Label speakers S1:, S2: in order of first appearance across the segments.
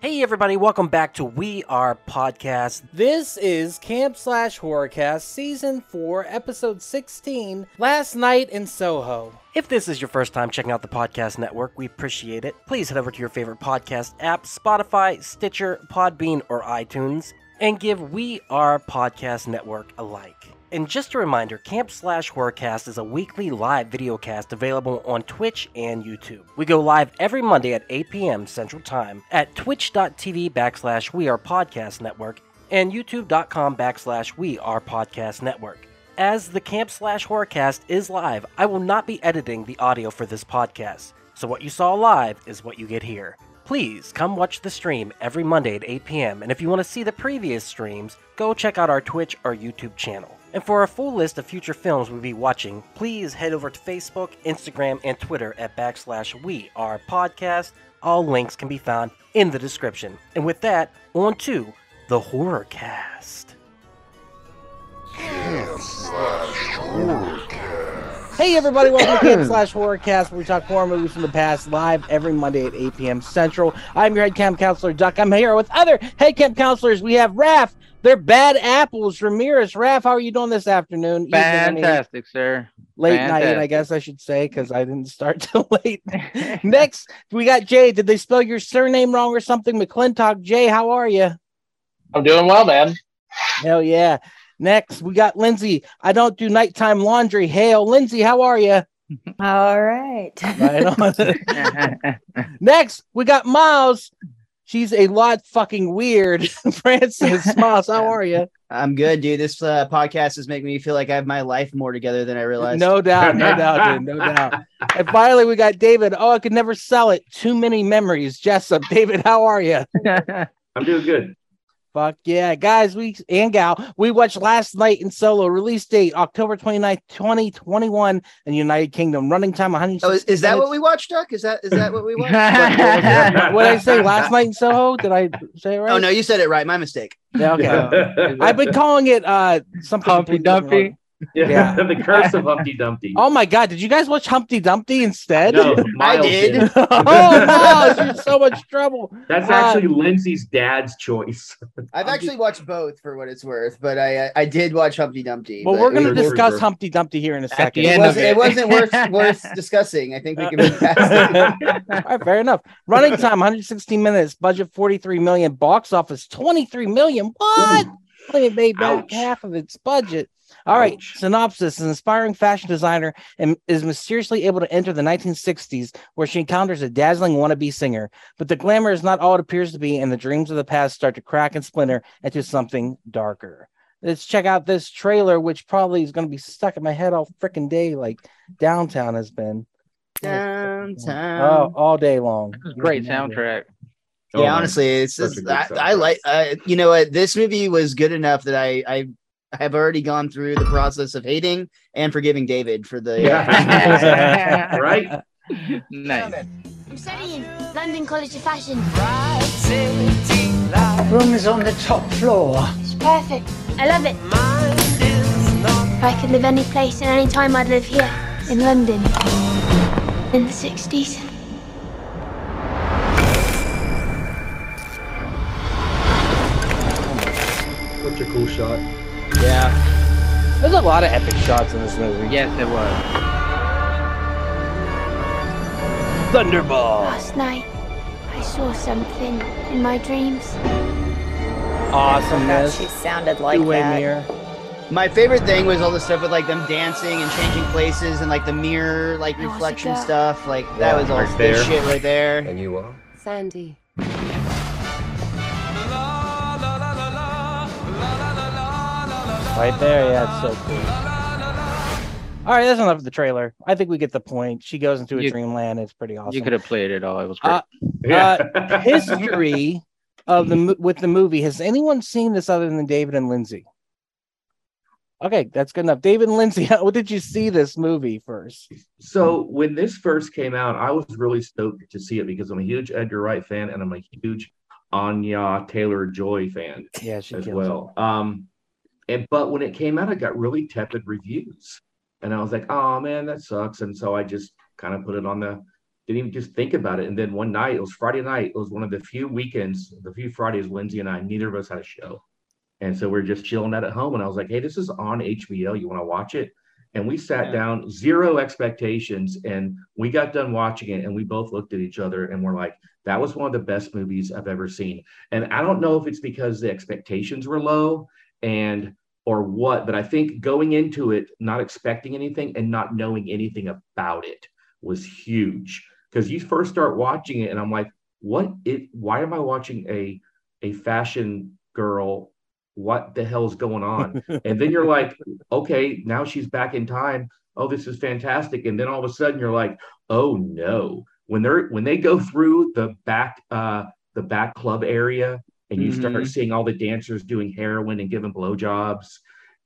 S1: Hey, everybody, welcome back to We Are Podcast.
S2: This is Camp Slash Horrorcast Season 4, Episode 16, Last Night in Soho.
S1: If this is your first time checking out the podcast network, we appreciate it. Please head over to your favorite podcast app, Spotify, Stitcher, Podbean, or iTunes, and give We Are Podcast Network a like. And just a reminder, Camp Slash Horrorcast is a weekly live video cast available on Twitch and YouTube. We go live every Monday at 8 p.m. Central Time at twitch.tv backslash We Are Podcast Network and youtube.com backslash We Are Podcast Network. As the Camp Slash Horrorcast is live, I will not be editing the audio for this podcast. So what you saw live is what you get here. Please come watch the stream every Monday at 8 p.m. And if you want to see the previous streams, go check out our Twitch or YouTube channel. And for a full list of future films we'll be watching, please head over to Facebook, Instagram, and Twitter at backslash we are podcast. All links can be found in the description. And with that, on to the horror cast.
S2: Hey, everybody, welcome to Camp Slash Horrorcast, where we talk horror movies from the past live every Monday at 8 p.m. Central. I'm your head camp counselor, Duck. I'm here with other head camp counselors. We have Raph. They're bad apples. Ramirez, Raph, how are you doing this afternoon? Evening, I mean,
S3: Fantastic, sir.
S2: late night, I
S3: fantastic.
S2: guess I should say, because I didn't start till late. Next, we got Jay. Did they spell your surname wrong or something? McClintock. Jay, how are you?
S4: I'm doing well, man.
S2: Hell yeah. Next, we got Lindsay. I don't do nighttime laundry. Hail, Lindsay, how are you?
S5: All right.
S2: Right on. Next, we got Miles. She's a lot fucking weird. Francis, Miles, how are you?
S6: I'm good, dude. This uh, podcast is making me feel like I have my life more together than I realized.
S2: No doubt, no doubt, dude, no doubt. And finally, we got David. Oh, I could never sell it. Too many memories. Jessup, David, how are you?
S7: I'm doing good.
S2: Fuck yeah, guys, we and gal, we watched last night in solo release date October 29th, 2021 in United Kingdom. Running time 100.
S6: Oh, is, is that what we watched, Duck? Is that is that what we watched?
S2: what did I say last night in Soho? Did I say it right?
S6: oh no, you said it right. My mistake.
S2: Yeah, okay. I've been calling it uh something.
S3: Humpty
S2: completely
S3: Dumpty.
S2: different.
S7: Yeah, the curse of Humpty Dumpty.
S2: Oh my god, did you guys watch Humpty Dumpty instead?
S7: No, Miles
S6: did.
S2: oh Miles, you're in so much trouble.
S7: That's
S2: Uh,
S7: actually Lindsay's dad's choice.
S6: I've actually watched both for what it's worth, but I I, I did watch Humpty Dumpty.
S2: Well,
S6: but
S2: we're gonna
S7: We're-
S2: discuss
S7: we're-
S2: Humpty Dumpty here in a second.
S3: the
S6: It
S3: end of
S6: wasn't,
S3: it.
S6: it wasn't worth worth discussing. I think we can move past it.
S2: All right, fair enough. Running time 116 minutes, budget 43 million, box office 23 million.
S7: Oh,
S2: What? Only made back
S7: Ouch.
S2: half of its budget. All right,
S7: Ouch.
S2: synopsis: An inspiring fashion designer and is mysteriously able to enter the 1960s, where she encounters a dazzling wannabe singer. But the glamour is not all it appears to be, and the dreams of the past start to crack and splinter into something darker. Let's check out this trailer, which probably is going to be stuck in my head all freaking day, like downtown has been. Oh,
S6: Downtown.
S2: all day long.
S3: Great soundtrack.
S7: Oh,
S6: yeah,
S7: man.
S6: honestly, it's
S7: Such a
S6: just,
S7: good
S6: I, I
S7: soundtrack.
S6: like. Uh, you know what? This movie was good enough that I I have already gone through the process of hating and forgiving David for the. uh,
S3: Yeah.
S7: right?
S3: nice.
S8: I'm studying London College of Fashion.
S9: Rooms on the top floor.
S8: It's perfect. I love it. If I could live any place and any time, I'd live here in London in the 60s.
S7: Such a cool shot.
S2: Uh,
S6: yeah.
S2: There's a lot of epic shots in this movie.
S3: Yes, it was.
S2: Thunderball.
S8: Last night, I saw something in my dreams.
S2: Awesomeness.
S5: she sounded like
S2: Two-way
S5: that.
S2: mirror.
S6: My favorite thing was all the stuff with like them dancing and changing places and like the mirror like
S8: Oh,
S6: reflection
S8: yeah.
S6: stuff. Like that was all
S7: Right
S6: good
S7: there.
S6: shit right there.
S7: you are.
S9: Sandy.
S2: Right there, yeah, it's so cool. All right, that's enough of the trailer. I think we get the point. She goes into a
S3: You-
S2: dreamland. It's pretty awesome.
S3: You could have played it all. It was great.
S2: Uh, Uh, History of the mo- with the movie. Has anyone seen this other than David and Lindsay? Okay, that's good enough. David and Lindsay, what did you see this movie first?
S7: so when this first came out, I was really stoked to see it because I'm a huge Edgar Wright fan and I'm a huge Anya Taylor Joy fan
S2: Yeah, she kills
S7: as
S2: it.
S7: well. Um, and but when it came out, it got really tepid reviews, and I was like, "Oh man, that sucks." And so I just kind of put it on the didn't even just think about it. And then one night, it was Friday night. It was one of the few weekends, the few Fridays, Lindsay and I, neither of us had a show. And so we are just chilling out at home. And I was like, hey, this is on HBO. You want to watch it? And we sat
S6: Yeah.
S7: down, zero expectations. And we got done watching it. And we both looked at each other and we're like, that was one of the best movies I've ever seen. And I don't know if it's because the expectations were low and or what, but I think going into it, not expecting anything and not knowing anything about it was huge. Because you first start watching it, and I'm like, what it why am I watching a a fashion girl? What the hell's going on? and then you're like, okay, now she's back in time. Oh, this is fantastic. And then all of a sudden you're like, oh no. When they're when they go through the back uh the back club area and you start
S3: Mhm.
S7: seeing all the dancers doing heroin and giving blowjobs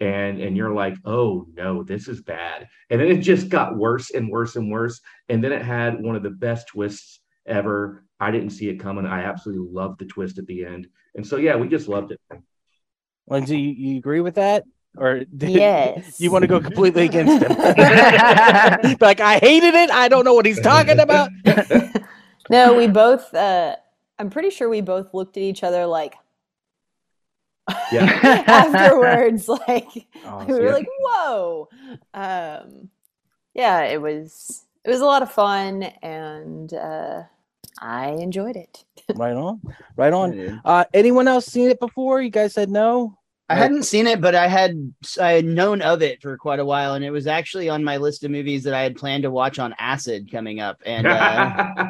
S7: and and you're like, oh no, this is bad. And then it just got worse and worse and worse. And then it had one of the best twists ever. I didn't see it coming. I absolutely loved the twist at the end. And so yeah, we just loved it.
S2: Lindsay, you, you agree with that? Or do
S5: Yes.
S2: you want to go completely against him? Be like, I hated it. I don't know what he's talking about.
S5: No, we both. Uh, I'm pretty sure we both looked at each other like
S7: Yeah.
S5: afterwards, like
S2: Oh,
S5: we
S2: see,
S5: were like, "Whoa!" Um, yeah, it was it was a lot of fun, and uh, I enjoyed it.
S2: right on. Right on.
S6: I
S2: Uh, anyone else seen it before? You guys said no?
S6: hadn't seen it, but I had I had known of it for quite a while, and it was actually on my list of movies that I had planned to watch on acid coming up, and uh,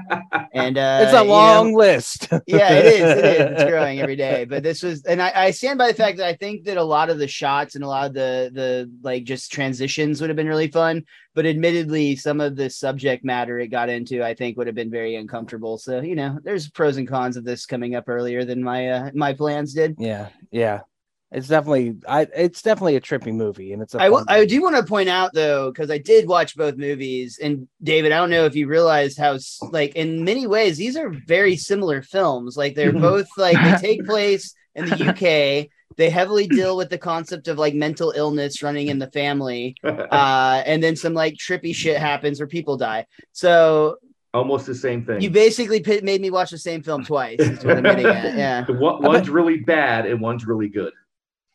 S6: and uh,
S2: It's a
S6: you know-
S2: long list.
S6: yeah, it is. It is. It's growing every day. But this was, and I, I stand by the fact that I think that a lot of the shots and a lot of the the like just transitions would have been really fun. But admittedly, some of the subject matter it got into, I think, would have been very uncomfortable. So you know, there's pros and cons of this coming up earlier than my uh, my plans did.
S2: Yeah, yeah. It's definitely I it's definitely a trippy movie and it's a
S6: I will-
S2: fun
S6: I
S2: movie.
S6: do want to point out though, because I did watch both movies, and David, I don't know if you realized how s- like in many ways these are very similar films. Like they're
S2: Mm-hmm.
S6: both like they take place in the UK. They heavily deal with the concept of like mental illness running in the family, uh, and then some like trippy shit happens where people die. So
S7: Almost the same thing.
S6: you basically pi- made me watch the same film twice. Is what I'm getting at. Yeah,
S7: One,
S2: bet-
S7: one's really bad and one's really good.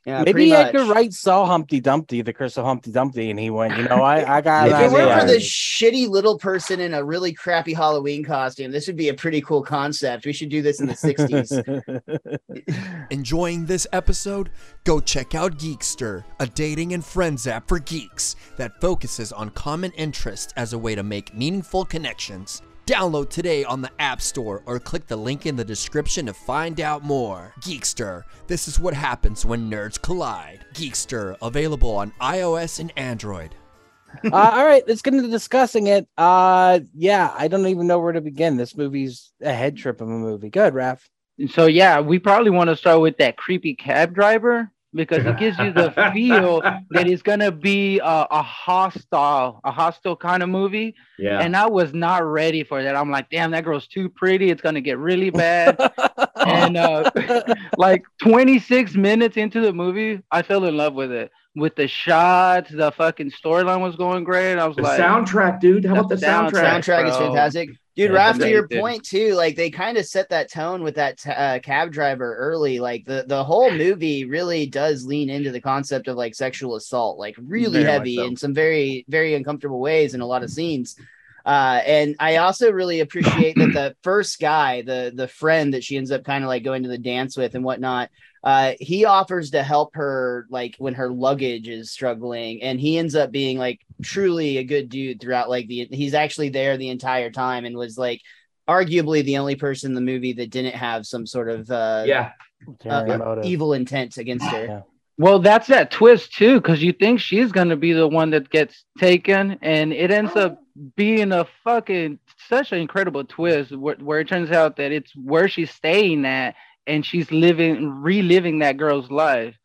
S6: yeah. uh,
S2: Maybe
S6: pretty much.
S2: Edgar Wright saw Humpty Dumpty, the curse of Humpty Dumpty, and he went, you know, I, I got
S6: If
S2: an
S6: it weren't for
S2: idea.
S6: the shitty little person in a really crappy Halloween costume, this would be a pretty cool concept. We should do this in the 60s.
S10: Enjoying this episode? Go check out Geekster, a dating and friends app for geeks that focuses on common interests as a way to make meaningful connections. Download today on the App Store or click the link in the description to find out more. Geekster, this is what happens when nerds collide. Geekster, available on iOS and Android.
S2: uh, all right, let's get into discussing it. Uh, yeah, I don't even know where to begin. This movie's a head trip of a movie. Good, Raph.
S3: so yeah, we probably want to start with that creepy cab driver because it gives you the feel that it's gonna be a, a hostile, a hostile kind of movie.
S7: Yeah.
S3: And I was not ready for that. I'm like, damn, that girl's too pretty. It's gonna get really bad.
S7: Oh.
S3: and uh, like 26 minutes into the movie, I fell in love with it. With the shots, the fucking storyline was going great. I was
S7: the
S3: like,
S7: soundtrack, dude. How about the
S3: The sound-
S7: soundtrack?
S6: Soundtrack is
S3: bro.
S6: fantastic. Dude,
S7: Yeah,
S6: Raph, to your
S3: amazing.
S6: point too, like they kind of set that tone with that t- uh, cab driver early. Like the, the whole movie really does lean into the concept of like sexual assault, like really
S3: Very much
S6: heavy
S3: so.
S6: in some very, very uncomfortable ways in a lot of scenes. Uh, and I also really appreciate that the first guy, the the friend that she ends up kind of like going to the dance with and whatnot, uh, he offers to help her like when her luggage is struggling, and he ends up being like truly a good dude throughout. Like the he's actually there the entire time and was like arguably the only person in the movie that didn't have some sort of uh,
S7: Yeah.
S6: uh,
S2: Ulterior motive.
S6: evil intent against her.
S2: Yeah.
S3: well, that's that twist too, because you think she's gonna be the one that gets taken, and it ends up being a fucking such an incredible twist where, where it turns out that it's where she's staying at, and she's living, reliving that girl's life,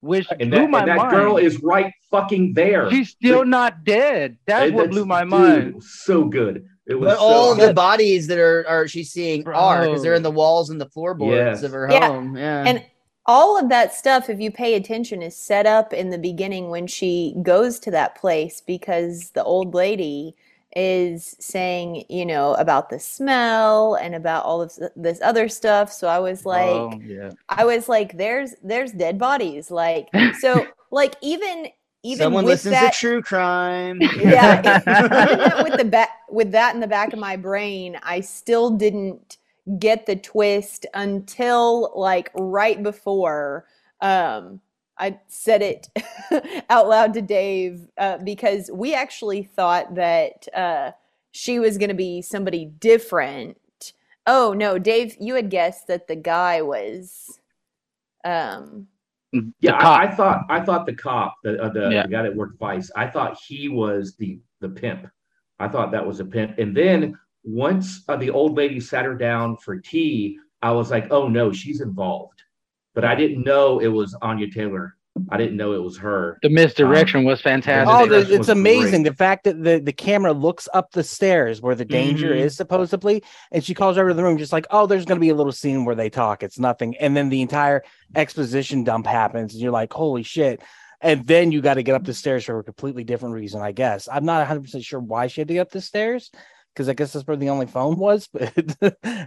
S3: which
S7: And that,
S3: blew my
S7: and that
S3: mind.
S7: girl is right fucking there.
S3: She's still not dead. That's
S7: And
S3: what blew my
S7: dude,
S3: mind.
S7: So good. It was
S6: But
S7: so
S6: all the
S7: good.
S6: bodies that are, are she's seeing are because they're in the walls and the floorboards
S7: Yes.
S6: of her
S5: Yeah.
S6: home. Yeah.
S5: And all of that stuff, if you pay attention, is set up in the beginning when she goes to that place because the old lady is saying, you know, about the smell and about all of s- this other stuff. So I was like,
S3: Oh, yeah.
S5: I was like, there's there's dead bodies. Like so like even even
S6: Someone
S5: with
S6: listens
S5: that,
S6: to true crime.
S5: yeah, even that with the back with that in the back of my brain, I still didn't get the twist until like right before um I said it out loud to Dave uh, because we actually thought that uh, she was going to be somebody different. Oh no, Dave, you had guessed that the guy was um
S7: Yeah,
S3: cop.
S7: I, I thought I thought the cop, the uh, the,
S3: Yeah.
S7: the guy that worked Vice, I thought he was the the pimp. I thought that was a pimp. And then once uh, the old lady sat her down for tea, I was like, oh no, she's involved. But I didn't know it was Anya Taylor. I didn't know it was her.
S3: The misdirection
S7: Um,
S3: was fantastic.
S2: Oh,
S7: That
S2: the,
S7: was
S2: it's amazing
S7: great.
S2: the fact that the, the camera looks up the stairs where the danger
S7: Mhm.
S2: is supposedly, and she calls over to the room just like, "Oh, there's going to be a little scene where they talk. It's nothing," and then the entire exposition dump happens, and you're like, "Holy shit!" And then you got to get up the stairs for a completely different reason, I guess. I'm not 100 percent sure why she had to get up the stairs because I guess that's where the only phone was, but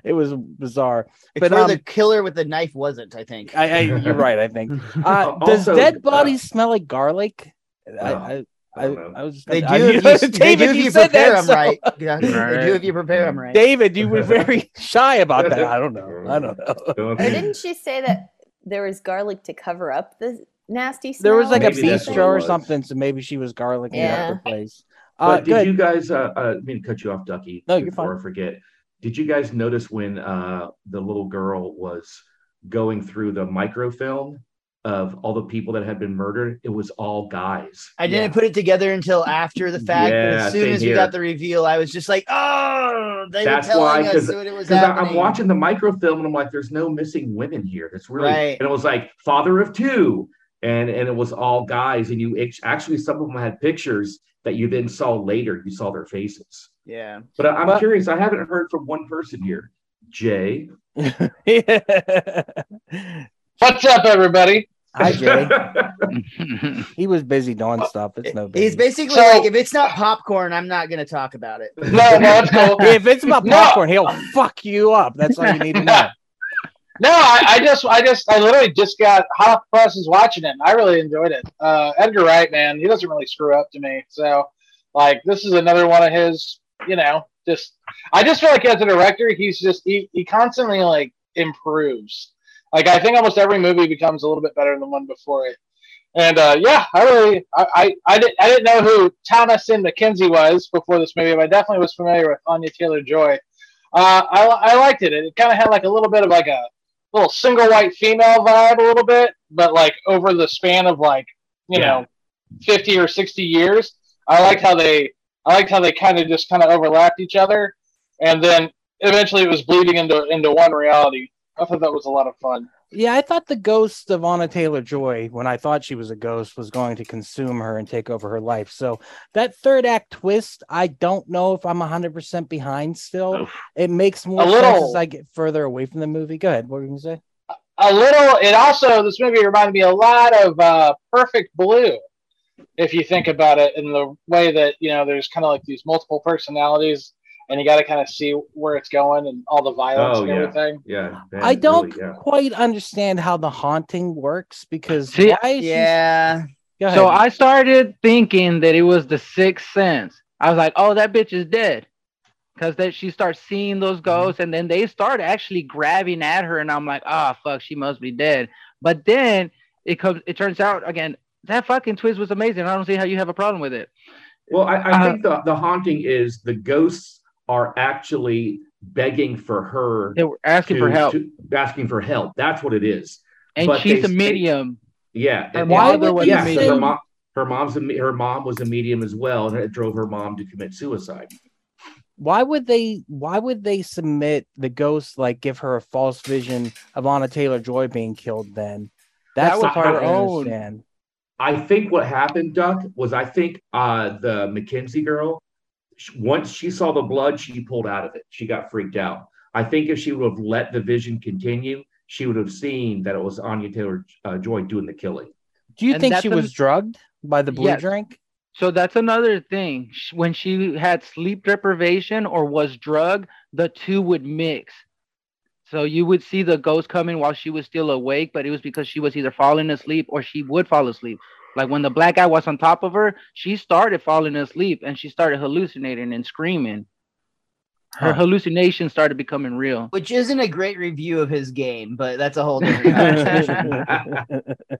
S2: it was bizarre.
S6: It's
S2: But
S6: where
S2: um,
S6: the killer with the knife wasn't, I think.
S2: I, I, you're right. I think. Uh,
S7: Uh,
S2: does
S7: also,
S2: dead
S7: uh,
S2: bodies smell like garlic? I,
S7: No.
S2: I, I,
S7: I don't know.
S2: I was.
S6: They do
S2: I-
S6: if you, they
S2: David,
S6: do if
S2: you
S6: you
S2: said
S6: prepare
S2: that,
S6: them
S2: so-
S6: right. Yeah, They do if you prepare them right.
S2: David, you were very shy about that. I don't know. I don't know.
S7: Don't
S5: or
S7: think-
S5: didn't she say that there was garlic to cover up the nasty smell?
S2: There was like
S7: Maybe
S2: a
S7: that's
S2: beef
S7: what it
S2: straw or
S7: was.
S2: something, so maybe she was garlicking
S5: Yeah.
S2: up the place. Uh,
S7: But did
S2: good.
S7: you guys? Uh, uh, I mean, cut you off, Ducky.
S2: No, you're
S7: before I forget. Did you guys notice when uh, the little girl was going through the microfilm of all the people that had been murdered? It was all guys.
S6: I didn't put it together until after the fact. but
S7: Yeah,
S6: as soon
S7: same
S6: as
S7: here.
S6: we got the reveal, I was just like, "Oh, they
S7: That's
S6: were telling
S7: why,
S6: us
S7: 'cause-
S6: what it was
S7: Because I'm
S6: happening."
S7: watching the microfilm and I'm like, "There's no missing women here." That's really.
S6: Right.
S7: And it was like father of two, and and it was all guys, and you act- actually some of them had pictures that you then saw later. You saw their faces.
S6: Yeah,
S7: But I- I'm
S2: But-
S7: curious. I haven't heard from one person here. Jay.
S4: What's up, everybody?
S2: Hi Jay.
S3: yeah.
S2: He was busy doing stuff. It's no big.
S6: he's basically
S4: So-
S6: like, "If it's not popcorn, I'm not going to talk about it."
S4: No, no, it's cool.
S2: if it's about
S4: No.
S2: popcorn, he'll fuck you up. That's all you need to know.
S4: No, I, I just, I just, I literally just got hot off the presses watching it. and I really enjoyed it. Uh, Edgar Wright, man, he doesn't really screw up to me. So, like, this is another one of his, you know, just. I just feel like as a director, he's just he, he constantly like improves. Like, I think almost every movie becomes a little bit better than the one before it. And uh, yeah, I really, I, I, I, did, I didn't know who Thomasin McKenzie was before this movie, but I definitely was familiar with Anya Taylor Joy. Uh, I, I liked it. It kind of had like a little bit of like a little single white female vibe a little bit, but like over the span of like you
S7: Yeah.
S4: know fifty or sixty years, I liked how they I liked how they kind of just kind of overlapped each other, and then eventually it was bleeding into into one reality. I thought that was a lot of fun.
S2: Yeah, I thought the ghost of Anna Taylor Joy, when I thought she was a ghost, was going to consume her and take over her life. So that third act twist, I don't know if I'm 100% behind still.
S3: Oof.
S2: It makes more
S4: A
S2: sense as
S4: little.
S2: I get further away from the movie. Go ahead. What were you going to say?
S4: A little. It also this movie reminded me a lot of uh, Perfect Blue. If you think about it in the way that you know, there's kind of like these multiple personalities, and you got to kind of see where it's going and all the violence
S7: Oh,
S4: and
S7: yeah.
S4: everything.
S7: Yeah. man,
S2: I
S7: really,
S2: don't
S7: yeah.
S2: quite understand how the haunting works because
S3: See,
S2: why is she-
S6: Yeah,
S2: Go ahead.
S3: So I started thinking that it was the sixth sense. I was like, oh, that bitch is dead. Because that she starts seeing those ghosts and then they start actually grabbing at her, and I'm like, ah, fuck, she must be dead. But then it comes it turns out again, that fucking twist was amazing. I don't see how you have a problem with it.
S7: Well, I, I
S3: Uh,
S7: think the, the haunting is the ghosts are actually begging for her
S3: They were asking
S7: to-
S3: for help.
S7: to- asking for help. That's what it is.
S3: and
S7: but
S3: she's
S7: they-
S3: a medium.
S7: Yeah.
S3: Her
S7: and-
S2: why
S3: mother
S2: would
S3: was
S2: they
S3: a
S7: yeah.
S2: say-
S7: so her
S3: medium.
S7: mom, her mom's a, me- her mom was a medium as well, and it drove her mom to commit suicide.
S2: why would they why would they submit the ghost like give her a false vision of Anna Taylor Joy being killed then? That's
S3: That
S2: the
S7: was
S2: part
S7: her
S2: I don't
S3: own.
S2: understand.
S7: I think what happened, Duck, was I think uh, the McKenzie girl. sh- Once she saw the blood, she pulled out of it. She got freaked out. I think if she would have let the vision continue, she would have seen that it was Anya Taylor uh, Joy doing the killing.
S2: Do you
S3: And
S2: think
S3: that's
S2: she
S3: the-
S2: was drugged by the blue
S3: Yes.
S2: drink?
S3: So that's another thing. Sh- When she had sleep deprivation or was drugged, the two would mix. So you would see the ghost coming while she was still awake, but it was because she was either falling asleep or she would fall asleep. Like when the black guy was on top of her, she started falling asleep and she started hallucinating and screaming. Her
S2: Huh.
S3: hallucination started becoming real.
S6: which isn't a great review of his game, but that's a whole different conversation.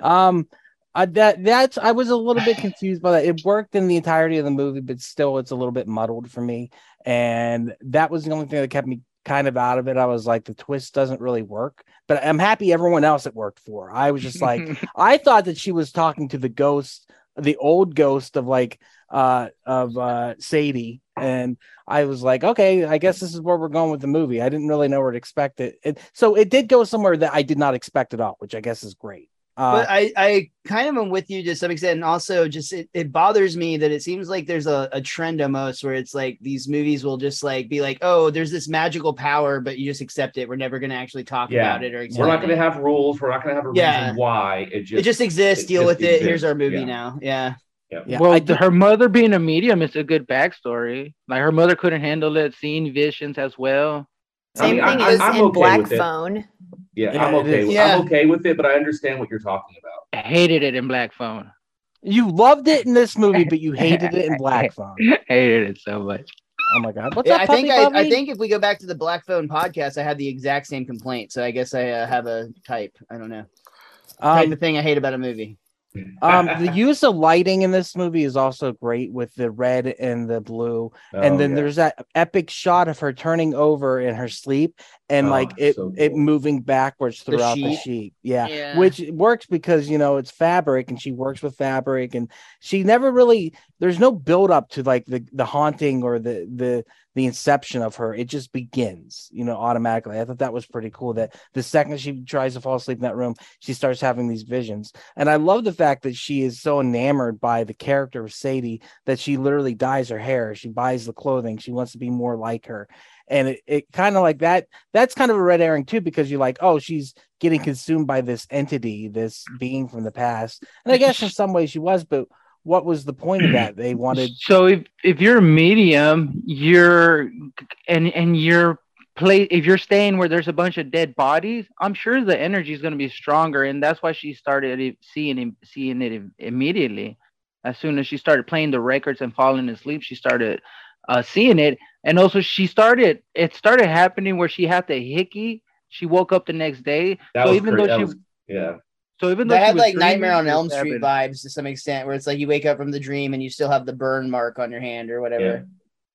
S2: um I, that that's I was a little bit confused by that. It worked in the entirety of the movie, but still it's a little bit muddled for me. And that was the only thing that kept me kind of out of it. I was like, the twist doesn't really work. But I'm happy everyone else it worked for. I was just like, I thought that she was talking to the ghost, the old ghost of like uh of uh Sadie. And I was like, okay, I guess this is where we're going with the movie. I didn't really know where to expect it. it so it did go somewhere that I did not expect at all, which I guess is great. Uh,
S6: but I, I kind of am with you to some extent. And also just it, it bothers me that it seems like there's a, a trend almost where it's like these movies will just like be like, oh, there's this magical power, but you just accept it. We're never gonna actually talk
S7: Yeah.
S6: about it or
S7: We're
S6: explain
S7: not going to
S6: it.
S7: have rules. We're not going to have a
S6: Yeah.
S7: reason why. It just,
S6: it just exists,
S7: it
S6: deal
S7: just
S6: with it. Here's our movie
S7: exists, yeah.
S6: now. Yeah.
S2: yeah,
S3: well,
S2: I
S3: th- her mother being a medium is a good backstory. Like her mother couldn't handle it, seeing visions as well.
S5: Same
S7: I mean,
S5: thing
S7: I-
S5: is
S7: I'm
S5: in
S7: okay
S5: Black
S7: with it.
S5: Phone.
S7: yeah,
S2: Yeah,
S7: I'm
S2: it
S7: okay.
S2: is.
S7: With,
S6: Yeah.
S7: I'm okay with it, but I understand what you're talking about.
S3: Hated it in Black Phone.
S2: You loved it in this movie, but you hated it in Black Phone.
S3: Hated it so much.
S2: Oh my god, what's
S6: Yeah,
S2: up,
S6: I
S2: puppy
S6: think I, I
S2: puppy?
S6: think if we go back to the Black Phone podcast, I had the exact same complaint. So I guess I uh, have a type. I don't know type
S2: um,
S6: of thing I hate about a movie.
S2: um, the use of lighting in this movie is also great with the red and the blue,
S7: Oh,
S2: and then
S7: yeah.
S2: there's that epic shot of her turning over in her sleep and
S7: Oh,
S2: like it
S7: so
S2: it
S7: cool.
S2: moving backwards
S6: The
S2: throughout the sheet.
S6: sheet.
S2: Yeah.
S3: Yeah.
S2: which works because you know it's fabric and she works with fabric and she never really there's no build up to like the the haunting or the the the inception of her it just begins you know automatically i thought that was pretty cool that the second she tries to fall asleep in that room she starts having these visions and i love the fact that she is so enamored by the character of sadie that she literally dyes her hair she buys the clothing she wants to be more like her and it, it kind of like that that's kind of a red herring too because you're like oh she's getting consumed by this entity, this being from the past. And I guess in some ways she was, but what was the point of that? They wanted
S3: So if if you're a medium, you're and and you're play if you're staying where there's a bunch of dead bodies, I'm sure the energy is going to be stronger, and that's why she started it- seeing it- seeing it im- immediately. As soon as she started playing the records and falling asleep, she started uh, seeing it, and also she started it started happening where she had the hickey. She woke up the next day,
S7: That
S3: so
S7: was
S3: even
S7: cra-
S3: though
S7: that
S3: she
S7: was- yeah.
S3: so even though
S6: They
S3: she
S6: had
S3: was
S6: like
S3: dreaming,
S6: Nightmare on
S3: this
S6: Elm Street
S3: happened.
S6: vibes to some extent, where it's like you wake up from the dream and you still have the burn mark on your hand or whatever.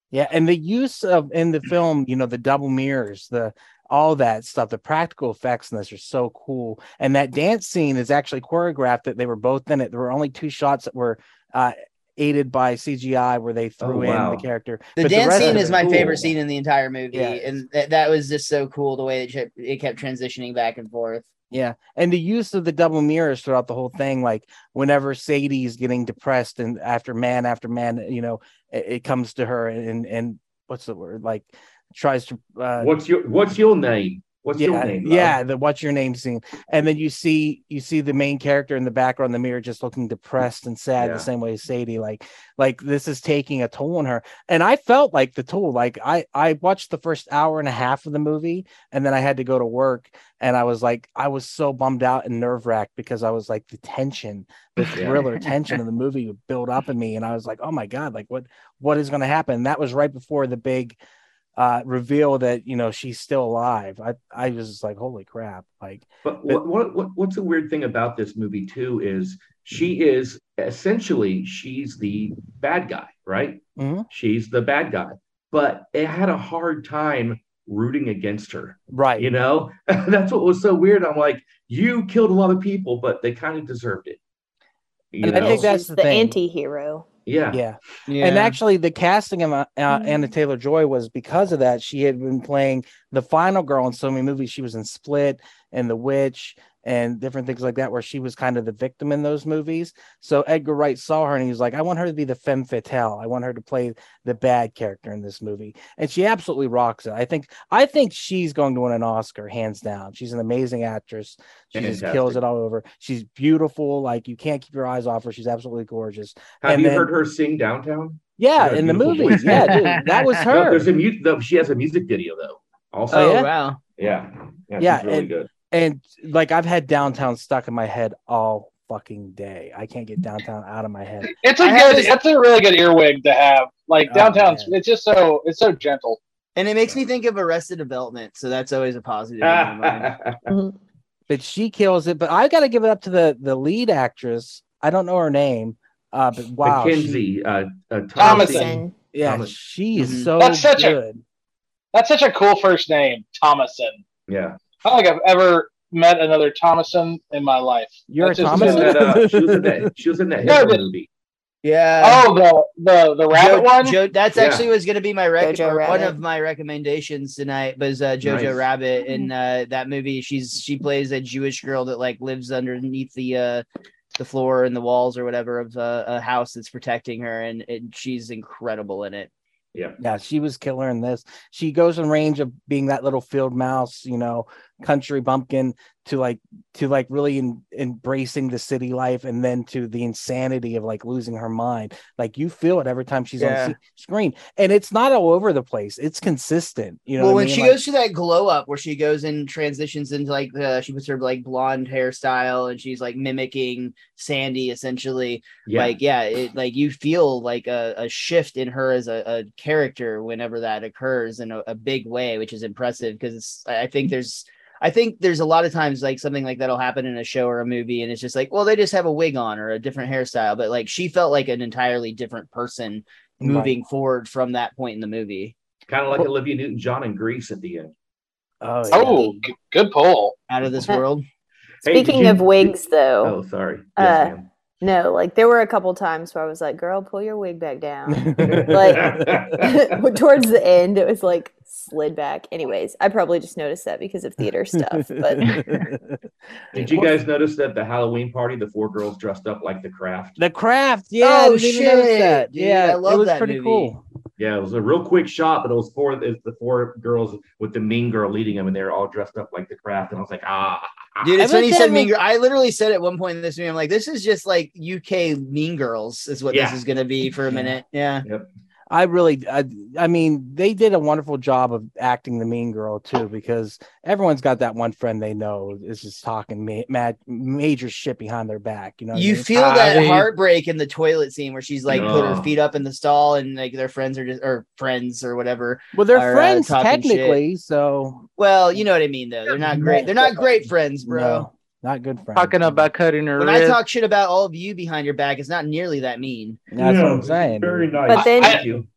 S2: yeah, and the use of in the film, you know, the double mirrors, the all that stuff, the practical effects in this are so cool. And that dance scene is actually choreographed that they were both in it. There were only two shots that were uh aided by CGI where they threw
S7: wow.
S2: in the character. But
S6: The
S2: the
S6: dance
S2: rest
S6: scene
S2: of
S6: is
S2: it-
S6: my favorite
S7: Cool.
S6: scene in the entire movie,
S2: Yeah.
S6: and th- that was just so cool the way it, kept- it kept transitioning back and forth.
S2: Yeah, and the use of the double mirrors throughout the whole thing, like whenever Sadie is getting depressed and after man after man, you know, it, it comes to her and and what's the word like tries to uh,
S7: What's your What's your name? What's
S2: yeah
S7: your name? uh, love?
S2: yeah the what's your name scene, and then you see you see the main character in the background, in the mirror, just looking depressed and sad,
S7: Yeah.
S2: the same way as Sadie, like like this is taking a toll on her, and I felt like the toll, like I I watched the first hour and a half of the movie, and then I had to go to work and I was like, I was so bummed out and nerve wracked because I was like, the tension, the
S7: Yeah.
S2: thriller tension of the movie would build up in me, and I was like, oh my god, like what what is going to happen? And that was right before the big uh reveal that you know she's still alive. I I was just like, holy crap, like
S7: But what, what, what what's a weird thing about this movie too is she is essentially she's the bad guy, right?
S2: mhm,
S7: She's the bad guy. But it had a hard time rooting against her.
S2: right,
S7: You know, that's what was so weird. I'm like, you killed a lot of people, but they kind of deserved it. You
S2: And I
S7: know?
S2: think that's
S5: She's
S2: the
S5: the,
S2: thing.
S5: anti-hero.
S7: yeah.
S2: yeah.
S6: Yeah.
S2: And actually, the casting of uh, uh, Anna Taylor Joy was because of that. She had been playing the final girl in so many movies. She was in Split and The Witch and different things like that, where she was kind of the victim in those movies. So Edgar Wright saw her and he was like, I want her to be the femme fatale. I want her to play the bad character in this movie. And she absolutely rocks it. I think I think she's going to win an Oscar, hands down. She's an amazing actress. She just
S7: Fantastic.
S2: kills it all over. She's beautiful. Like you can't keep your eyes off her. She's absolutely gorgeous.
S7: Have
S2: And
S7: you
S2: then-
S7: heard her sing downtown?
S2: Yeah,
S7: She has
S2: in the
S7: beautiful
S2: movies.
S7: voice.
S2: Yeah, dude, that was
S7: No,
S2: her.
S7: there's a mu- though, she has a music video though. Also,
S6: Oh,
S2: yeah?
S6: wow.
S7: yeah, yeah,
S2: Yeah,
S7: she's really
S2: and-
S7: good.
S2: and like I've had downtown stuck in my head all fucking day. I can't get downtown out of my head.
S4: It's a
S6: I have
S4: good.
S6: this-
S4: It's a really good earwig to have. Like
S2: Oh,
S4: downtown,
S2: man.
S4: it's just so it's so gentle.
S6: And it makes me think of Arrested Development, so that's always a positive. in my mind.
S2: But she kills it. But I got to give it up to the the lead actress. I don't know her name. Uh, but wow, she-
S7: Mackenzie, uh, uh,
S4: Thomason.
S2: yeah,
S7: Thomas. Mm-hmm.
S2: she is
S6: Mhm.
S2: so
S4: That's such a-
S2: good.
S4: That's such a cool first name, Thomason.
S7: Yeah,
S4: I don't think I've ever met another Thomason in my life.
S2: You're
S4: That's
S2: a
S4: just-
S7: she was in
S2: Thomason?
S7: that. Uh, she was in that. She was in that
S4: No,
S7: Hitler
S4: but-
S7: movie.
S6: Yeah.
S4: Oh, the the the rabbit
S6: Jo-
S4: one.
S6: Jo- that's
S7: Yeah.
S6: actually was going to be my rec-
S5: Jojo
S6: or one
S5: Rabbit.
S6: of my recommendations tonight was uh, Jojo
S7: Nice.
S6: Rabbit, and uh, that movie she's she plays a Jewish girl that like lives underneath the uh, the floor and the walls or whatever of uh, a house that's protecting her, and, and she's incredible in it.
S2: Yeah, she was killer in this. She goes in range of being that little field mouse, you know, country bumpkin to like to like really in, embracing the city life and then to the insanity of like losing her mind. Like you feel it every time she's
S6: Yeah.
S2: on se- screen. And it's not all over the place. It's consistent, you know.
S6: well,
S2: what I
S6: when
S2: mean?
S6: she
S2: Like,
S6: goes to that glow up where she goes and transitions into like the she puts her like blonde hairstyle and she's like mimicking Sandy essentially.
S7: Yeah,
S6: like yeah it, like you feel like a, a shift in her as a, a character whenever that occurs in a, a big way which is impressive because i I think there's i think there's a lot of times like something like that'll happen in a show or a movie and it's just like well they just have a wig on or a different hairstyle but like she felt like an entirely different person
S2: Right.
S6: moving forward from that point in the movie
S7: kind of like Olivia Newton-John in Grease at the end.
S2: Oh, yeah.
S4: Oh, g- good pull.
S6: out of this world
S7: Hey, did
S5: Speaking
S7: you-
S5: of wigs,
S7: Oh,
S5: though,
S7: sorry.
S5: Uh,
S7: Yes, ma'am.
S5: no, like there were a couple times where I was like, "Girl, pull your wig back down." towards the end, it was like slid back. Anyways, I probably just noticed that because of theater stuff. But
S7: Did you guys notice that the Halloween party, the four girls dressed up like the craft?
S2: the craft, yeah. I
S6: Oh,
S2: didn't even notice
S6: shit,
S2: that.
S6: dude,
S2: yeah,
S6: I love
S2: it was
S6: that
S2: pretty
S6: movie.
S2: cool.
S7: Yeah, it was a real quick shot, but it was four. It's the four girls with the mean girl leading them, and they're all dressed up like the craft. And I was like, ah,
S6: dude it's
S2: I
S6: when he
S2: looked
S6: said
S2: at
S6: mean
S2: him-
S6: girl i literally said at one point in this movie i'm like this is just like uk mean girls is what
S7: Yeah.
S6: this is going to be for a minute yeah
S2: I really, I, I mean, they did a wonderful job of acting the mean girl too, because everyone's got that one friend they know is just talking ma- mad, major shit behind their back. You know, what I
S6: you
S2: mean?
S6: feel
S4: Uh, I
S6: that
S4: mean-
S6: heartbreak in the toilet scene where she's like put her
S7: No.
S6: feet up in the stall and like their friends are just or friends or whatever.
S2: well, they're
S6: are, uh,
S2: friends
S6: talking
S2: technically, so
S6: Well, you know what I mean though. They're not great. They're not great friends, bro.
S2: no, not good friends.
S3: Talking about cutting her
S6: When I
S3: wrist.
S6: talk shit about all of you behind your back, it's not nearly that mean.
S2: that's
S7: Yeah,
S2: what I'm saying.
S7: Very
S2: dude.
S7: nice.
S5: But then-
S7: Thank you.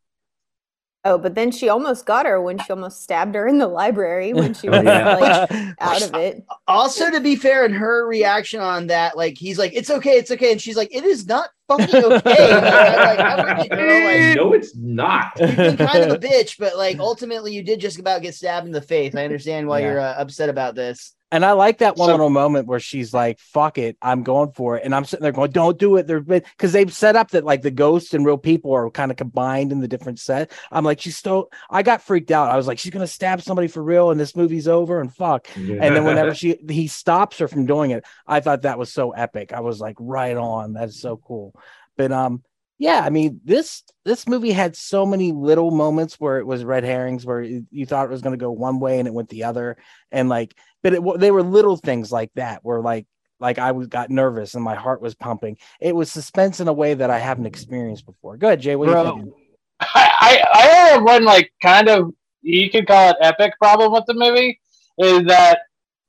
S5: oh, but then she almost got her when she almost stabbed her in the library when
S2: Oh,
S5: she was
S7: Yeah.
S5: like out of it.
S6: Also, to be fair, in her reaction on that, like he's like, "It's okay, it's okay," and she's like, "It is not fucking okay." And I'm like, I'm with you, girl. Like,
S7: no, it's not.
S6: you've been kind of a bitch, but like ultimately, you did just about get stabbed in the face. I understand why
S2: Yeah.
S6: you're uh, upset about this.
S2: And I like that one
S4: So-
S2: little moment where she's like, "Fuck it, I'm going for it," and I'm sitting there going, "Don't do it." They're because they've set up that like the ghosts and real people are kind of combined in the different set. I'm like, she's still. I got freaked out. I was like, she's gonna stab somebody for real, and this movie's over, and fuck. And then whenever she he stops her from doing it, I thought that was so epic. I was like, right on. That's so cool. But um, yeah, I mean this this movie had so many little moments where it was red herrings, where you you thought it was going to go one way and it went the other, and like, but it wa- they were little things like that where like like I was got nervous and my heart was pumping. It was suspense in a way that I haven't experienced before. Go ahead, Jay. What do you
S3: Bro.
S2: think?
S4: I, I I have one like kind of you could call it epic problem with the movie is that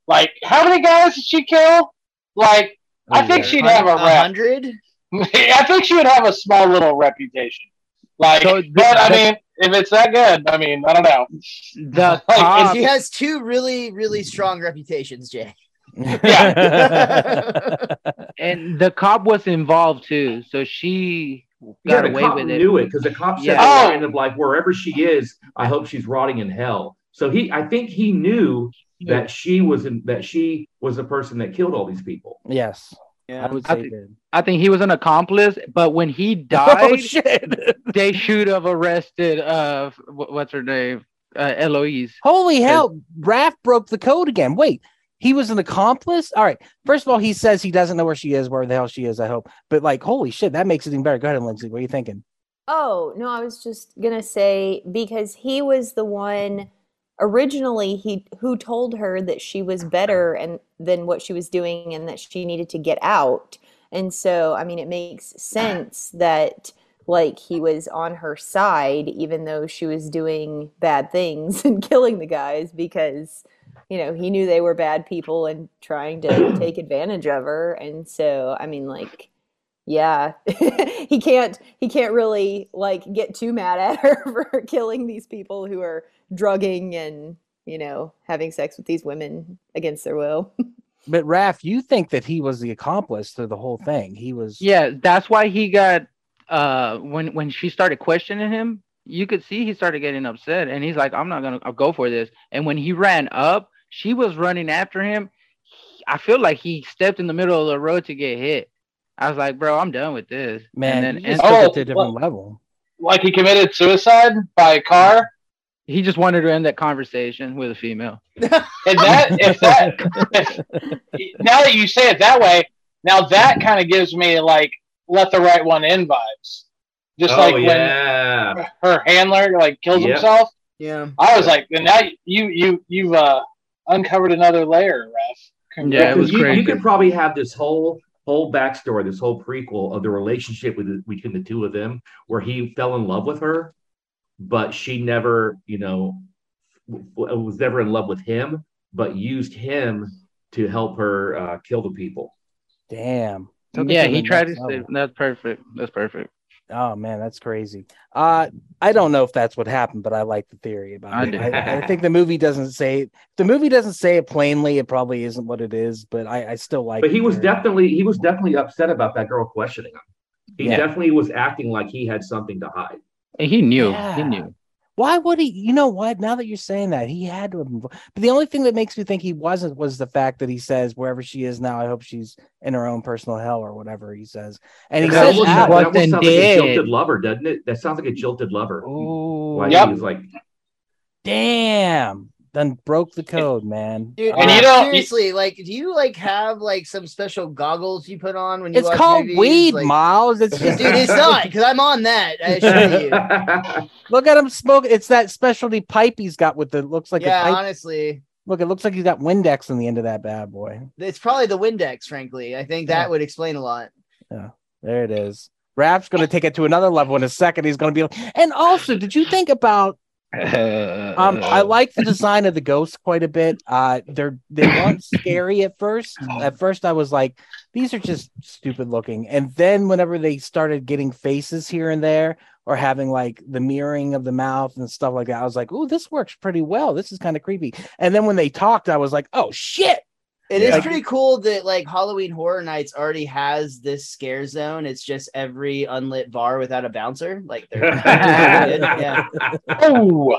S4: like how many guys did she kill? Like I think she'd have
S6: uh,
S4: a rep.
S6: hundred.
S4: I think she would have a small little reputation. Like,
S3: So th-
S4: but I
S3: th-
S4: mean, if it's that good, I mean, I don't know.
S3: The
S4: Like,
S2: Ah.
S6: And
S3: top,
S6: she has two really, really strong reputations, Jay.
S3: and the cop was involved too, so she
S7: yeah,
S3: got
S7: the
S3: away
S7: cop
S3: with it.
S7: knew it because the cop said
S3: Yeah.
S7: the
S4: Oh.
S7: line of like wherever she is, I hope she's rotting in hell. So he, I think he knew that she was in, that she was the person that killed all these people.
S2: Yes. I would
S3: I
S2: say
S3: think-
S2: did.
S3: I think he was an accomplice, but when he
S2: Oh
S3: died,
S2: shit.
S3: they should have arrested uh wh- what's her name? Uh, Eloise.
S2: Holy hell, Raph broke the code again. Wait, he was an accomplice? All right. First of all, he says he doesn't know where she is, where the hell she is, I hope. But like, holy shit, that makes it even better. Go ahead, Lindsay. What are you thinking?
S5: Oh, no, I was just gonna say because he was the one originally he who told her that she was better and than what she was doing and that she needed to get out. And so, I mean, it makes sense that like he was on her side even though she was doing bad things and killing the guys because you know, he knew they were bad people and trying to take advantage of her. And so, I mean, like yeah. he can't he can't really like get too mad at her for killing these people who are drugging and, you know, having sex with these women against their will.
S2: But Raph, you think that he was the accomplice to the whole thing. He was
S3: Yeah, that's why he got uh when when she started questioning him, you could see he started getting upset and he's like I'm not going to go for this. And when he ran up, she was running after him. He- I feel like he stepped in the middle of the road to get hit. I was like, "Bro, I'm done with this."
S2: man,
S3: and
S2: he
S3: then
S2: just
S3: and
S2: took
S4: Oh,
S2: it to a different level.
S4: Like he committed suicide by car.
S3: he just wanted to end that conversation with a female.
S4: And that, if that, if, now that you say it that way, now that kind of gives me like let the right one in vibes. Just
S7: oh
S4: like
S7: yeah,
S4: when her handler like kills
S7: Yep.
S4: himself.
S6: Yeah.
S4: I was like, and now you you you've uh, uncovered another layer, Ref.
S3: Yeah, it was
S7: you,
S3: crazy.
S7: you could probably have this whole whole backstory, this whole prequel of the relationship with, between the two of them, where he fell in love with her, but she never, you know, w- w- was never in love with him, but used him to help her uh, kill the people.
S2: Damn. Took it
S3: yeah,
S2: to
S3: he
S2: the
S3: tried to
S2: next
S3: say
S2: level.
S3: that's perfect. That's perfect.
S2: Oh man, that's crazy. Uh, I don't know if that's what happened, but I like the theory about
S3: I
S2: it.
S3: do.
S2: I, I think the movie doesn't say if the movie doesn't say it plainly. It probably isn't what it is, but I, I still like.
S7: But he
S2: the
S7: was
S2: theory.
S7: definitely he was definitely upset about that girl questioning him. He
S2: Yeah.
S7: definitely was acting like he had something to hide.
S3: And he knew. He
S2: Yeah.
S3: knew.
S2: Why would he? You know what? Now that you're saying that, he had to. Have, been- but the only thing that makes me think he wasn't was the fact that he says wherever she is now, I hope she's in her own personal hell or whatever he says. And he
S7: That
S3: Because
S2: says,
S7: almost,
S3: she
S7: that
S2: out.
S3: was-
S7: almost
S3: wasn't
S7: sounds like a
S3: dead.
S7: jilted lover, doesn't it? That sounds like a jilted lover.
S2: "Oh,
S7: Like
S4: Yep.
S7: he was like,
S2: damn!" Then broke the code, man.
S6: Dude,
S4: And you
S6: uh,
S4: don't-
S6: seriously, like, do you like have like some special goggles you put on when you
S2: It's
S6: watch
S2: called
S6: movies?
S2: weed,
S6: Like-
S2: Miles. It's
S6: Dude,
S2: just
S6: it's not because I'm on that. I assure you.
S2: look at him smoke. It's that specialty pipe he's got with the looks like
S6: yeah,
S2: a pipe.
S6: honestly,
S2: Look, it looks like he's got Windex on the end of that bad boy.
S6: it's probably the Windex. Frankly, I think that
S2: Yeah.
S6: would explain a lot.
S2: There it is. Rap's gonna take it to another level in a second. He's gonna be like, and also, did you think about um I
S3: Uh.
S2: like the design of the ghosts quite a bit. Uh they're they weren't scary at first. At first I was like, these are just stupid looking. And then whenever they started getting faces here and there or having like the mirroring of the mouth and stuff like that, I was like, oh, this works pretty well. This is kind of creepy. And then when they talked, I was like, oh shit.
S6: It is
S7: Yeah.
S6: pretty cool that like Halloween Horror Nights already has this scare zone. It's just every unlit bar without a bouncer. Like they're yeah.
S4: Oh,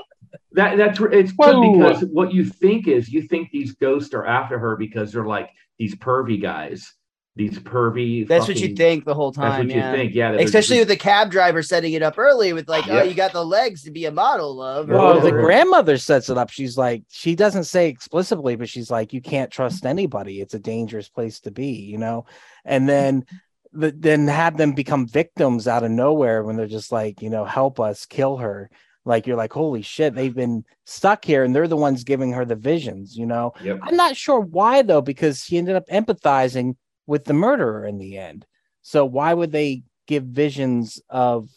S7: That that's re- it's good
S4: Whoa.
S7: because what you think is you think these ghosts are after her because they're like these pervy guys, these pervy.
S6: That's what you
S7: fucking-
S6: think the whole
S7: That's
S6: time.
S7: what
S6: Yeah.
S7: you think, yeah. that they're
S6: Especially with
S7: just-
S6: the cab driver setting it up early with like,
S7: Yeah.
S6: oh, you got the legs to be a model of. or
S2: Well,
S7: Well,
S2: the
S6: whatever.
S2: grandmother sets it up. She's like, she doesn't say explicitly, but she's like, you can't trust anybody. It's a dangerous place to be, you know. And then, the, then have them become victims out of nowhere when they're just like, you know, help us kill her. Like you're like, holy shit, they've been stuck here, and they're the ones giving her the visions, you know.
S7: Yep.
S2: I'm not sure why though, because she ended up empathizing with the murderer in the end. So why would they give visions of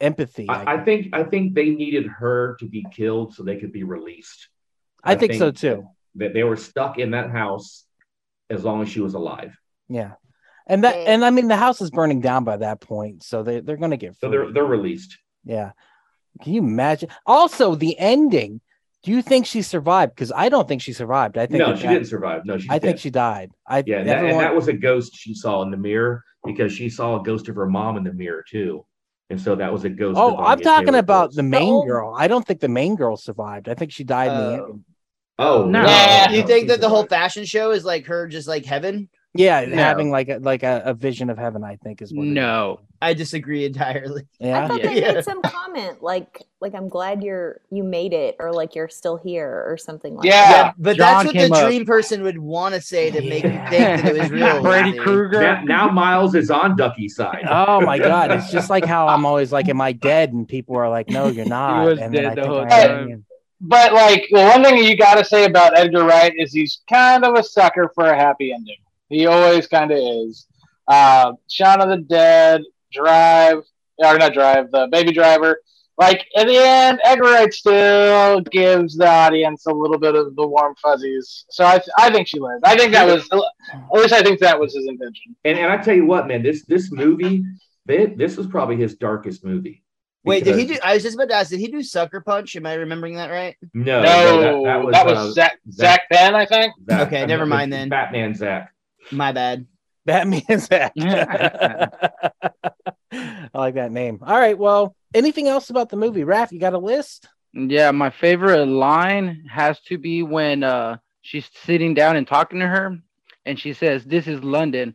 S2: empathy?
S7: I, I think I think they needed her to be killed so they could be released.
S2: I think so too.
S7: That they were stuck in that house as long as she was alive.
S2: Yeah. And that
S5: Okay.
S2: and I mean the house is burning down by that point, so they they're gonna get
S7: So they're
S2: free.
S7: they're released.
S2: yeah. Can you imagine? Also, the ending. Do you think she survived? Because I don't think she survived. I think
S7: No,
S2: it
S7: she
S2: got-
S7: didn't survive. No, she.
S2: I think she died. I
S7: Yeah, and that, and that was a ghost she saw in the mirror because she saw a ghost of her mom in the mirror too. and so that was a ghost.
S2: Oh,
S7: of
S2: I'm
S7: Anya
S2: talking
S7: Taylor-Joy.
S2: about the main
S7: Oh.
S5: old-
S2: girl. I don't think the main girl survived. I think she died in the
S6: Oh.
S2: end.
S7: Oh
S3: No.
S7: no!
S4: Yeah.
S6: You
S7: No,
S6: think
S7: she's
S6: that the whole
S7: alive.
S6: fashion show is like her just like heaven?
S2: Yeah,
S3: No.
S2: having like a, like a, a vision of heaven. I think is what. it is.
S3: No.
S6: I disagree entirely.
S5: I
S2: Yeah.
S5: thought they
S6: Yeah.
S5: made some comment like like I'm glad you're you made it or like you're still here or something like
S4: Yeah.
S5: that.
S6: but
S3: John
S6: that's what
S3: came
S6: the
S3: up.
S6: dream person would want to say to make you think that it was real.
S3: Brady
S6: dude.
S3: Krueger.
S7: Now, now Miles is on Ducky's side.
S2: Oh my god! It's just like how I'm always like, "Am I dead?" And people are like, "No, you're not."
S3: was
S2: and
S3: dead the whole
S2: I am.
S3: time.
S4: But like the one thing you got to say about Edgar Wright is he's kind of a sucker for a happy ending. He always kind of is. Uh, Shaun of the Dead, Drive, or not Drive, the Baby Driver. Like at the end, Edgar Wright still gives the audience a little bit of the warm fuzzies. So I, I think she lived. I think that was at least I think that was his intention.
S7: And and I tell you what, man, this this movie, thi- this was probably his darkest movie.
S6: Wait, did he do?
S7: Because-
S6: I was just about to ask. Did he do Sucker Punch? Am I remembering that right?
S4: no,
S7: No, no, that, that was, uh,
S4: Zach, Zach Penn, I think.
S7: Zach-
S6: Okay, never mind then.
S7: Batman Zach.
S6: My bad.
S2: Batman's act. I like that name. All right. Well, anything else about the movie, Raph? You got a list?
S3: Yeah, my favorite line has to be when uh, she's sitting down and talking to her, and she says, "This is London.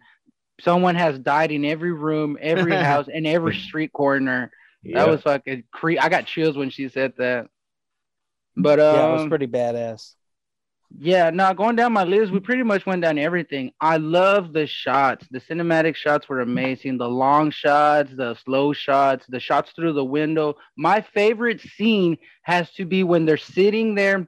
S3: Someone has died in every room, every house, and every street corner."
S7: Yeah.
S3: That was fucking cre- I got chills when she said that. But
S2: Yeah,
S3: um,
S2: it was pretty badass.
S3: yeah, no, going down my list, we pretty much went down everything. I love the shots. The cinematic shots were amazing. The long shots, the slow shots, the shots through the window. My favorite scene has to be when they're sitting there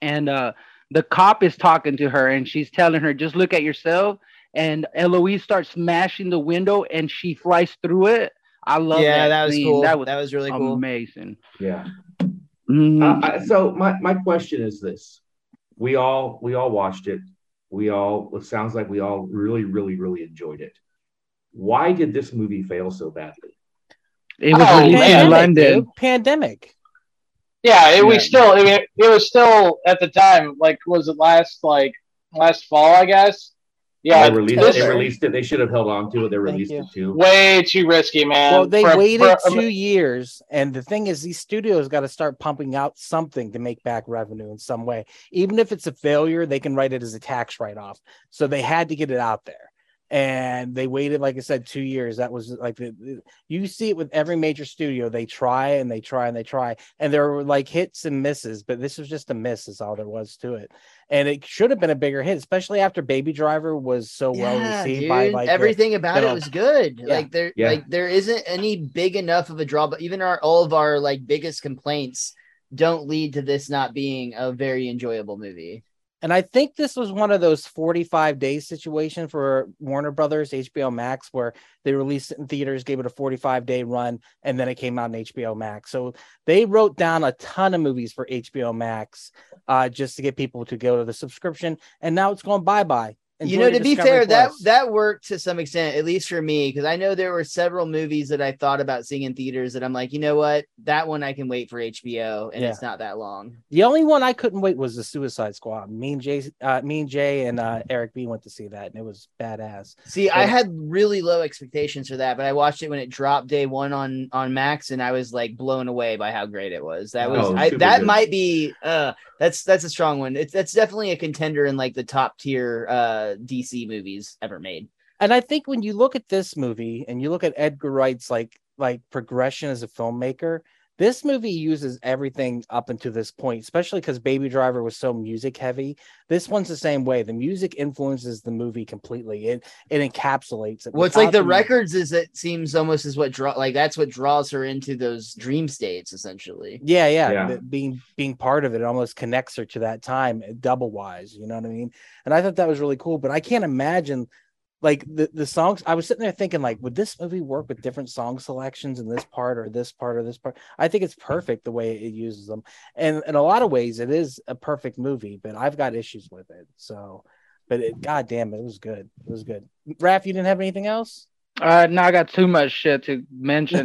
S3: and uh the cop is talking to her and she's telling her, just look at yourself. And Eloise starts smashing the window and she flies through it. I love
S6: yeah,
S3: that.
S6: that was
S3: scene.
S6: cool.
S3: That was
S6: really cool.
S3: amazing.
S7: yeah.
S3: Mm,
S7: Uh, I- so my, my question is this: We all we all watched it. We all it sounds like we all really really really enjoyed it. Why did this movie fail so badly?
S3: it was
S4: Oh,
S3: released in
S4: man.
S3: London.
S2: dude. Pandemic.
S4: Yeah, it, we
S3: Yeah.
S4: still. I mean, it was still at the time. Like, was it last like last fall? I guess. Yeah,
S7: they released it.
S4: this-
S7: They released it. They should have held on to it. They released
S2: you.
S7: it too.
S4: way too risky, man.
S2: well, they
S4: Um, For-
S2: waited
S4: for-
S2: two years, and the thing is, these studios got to start pumping out something to make back revenue in some way. Even if it's a failure, they can write it as a tax write-off. So they had to get it out there, and they waited, like I said, two years. That was like the, you see it with every major studio. They try and they try and they try, and there were like hits and misses, but this was just a miss, is all there was to it. And it should have been a bigger hit, especially after Baby Driver was so well
S6: Yeah,
S2: received by
S6: dude.
S2: like the-
S6: everything about
S2: the-
S6: it was good.
S2: Yeah.
S6: Like there,
S7: Yeah.
S6: like there isn't any big enough of a draw. But even our all of our like biggest complaints don't lead to this not being a very enjoyable movie.
S2: And I think this was one of those 45 day situation for Warner Brothers, HBO Max, where they released it in theaters, gave it a 45 day run, and then it came out in HBO Max. So they wrote down a ton of movies for HBO Max uh, just to get people to go to the subscription. And now it's going bye bye.
S6: you know, to be fair, that that worked to some extent, at least for me, because I know there were several movies that I thought about seeing in theaters that I'm like, you know what, that one I can wait for HBO, and
S2: Yeah.
S6: it's not that long.
S2: the only one I couldn't wait was the Suicide Squad. Me and Jay, uh, me and Jay and uh, Eric B went to see that, and it was badass.
S6: See, I
S2: Yeah.
S6: had really low expectations for that, but I watched it when it dropped day one on on Max, and I was like blown away by how great it was. That was
S7: Oh,
S6: I,
S7: super
S6: that
S7: good.
S6: might be uh that's that's a strong one. It's that's definitely a contender in like the top tier uh DC movies ever made.
S2: and I think when you look at this movie and you look at Edgar Wright's like like progression as a filmmaker, this movie uses everything up until this point, especially because Baby Driver was so music heavy. This one's the same way. The music influences the movie completely. It it encapsulates it.
S6: Well, it's like
S2: without
S6: the records is it seems almost is what draw like that's what draws her into those dream states essentially.
S2: Yeah, yeah,
S7: Yeah.
S2: th- Being being part of it almost connects her to that time double wise. You know what I mean? And I thought that was really cool. But I can't imagine like the, the songs. I was sitting there thinking, like, would this movie work with different song selections in this part or this part or this part? I think it's perfect the way it uses them. And in a lot of ways, it is a perfect movie, but I've got issues with it. So but it, god damn it, it was good. It was good. Raph, you didn't have anything else?
S3: Uh, no, I got too much shit to mention,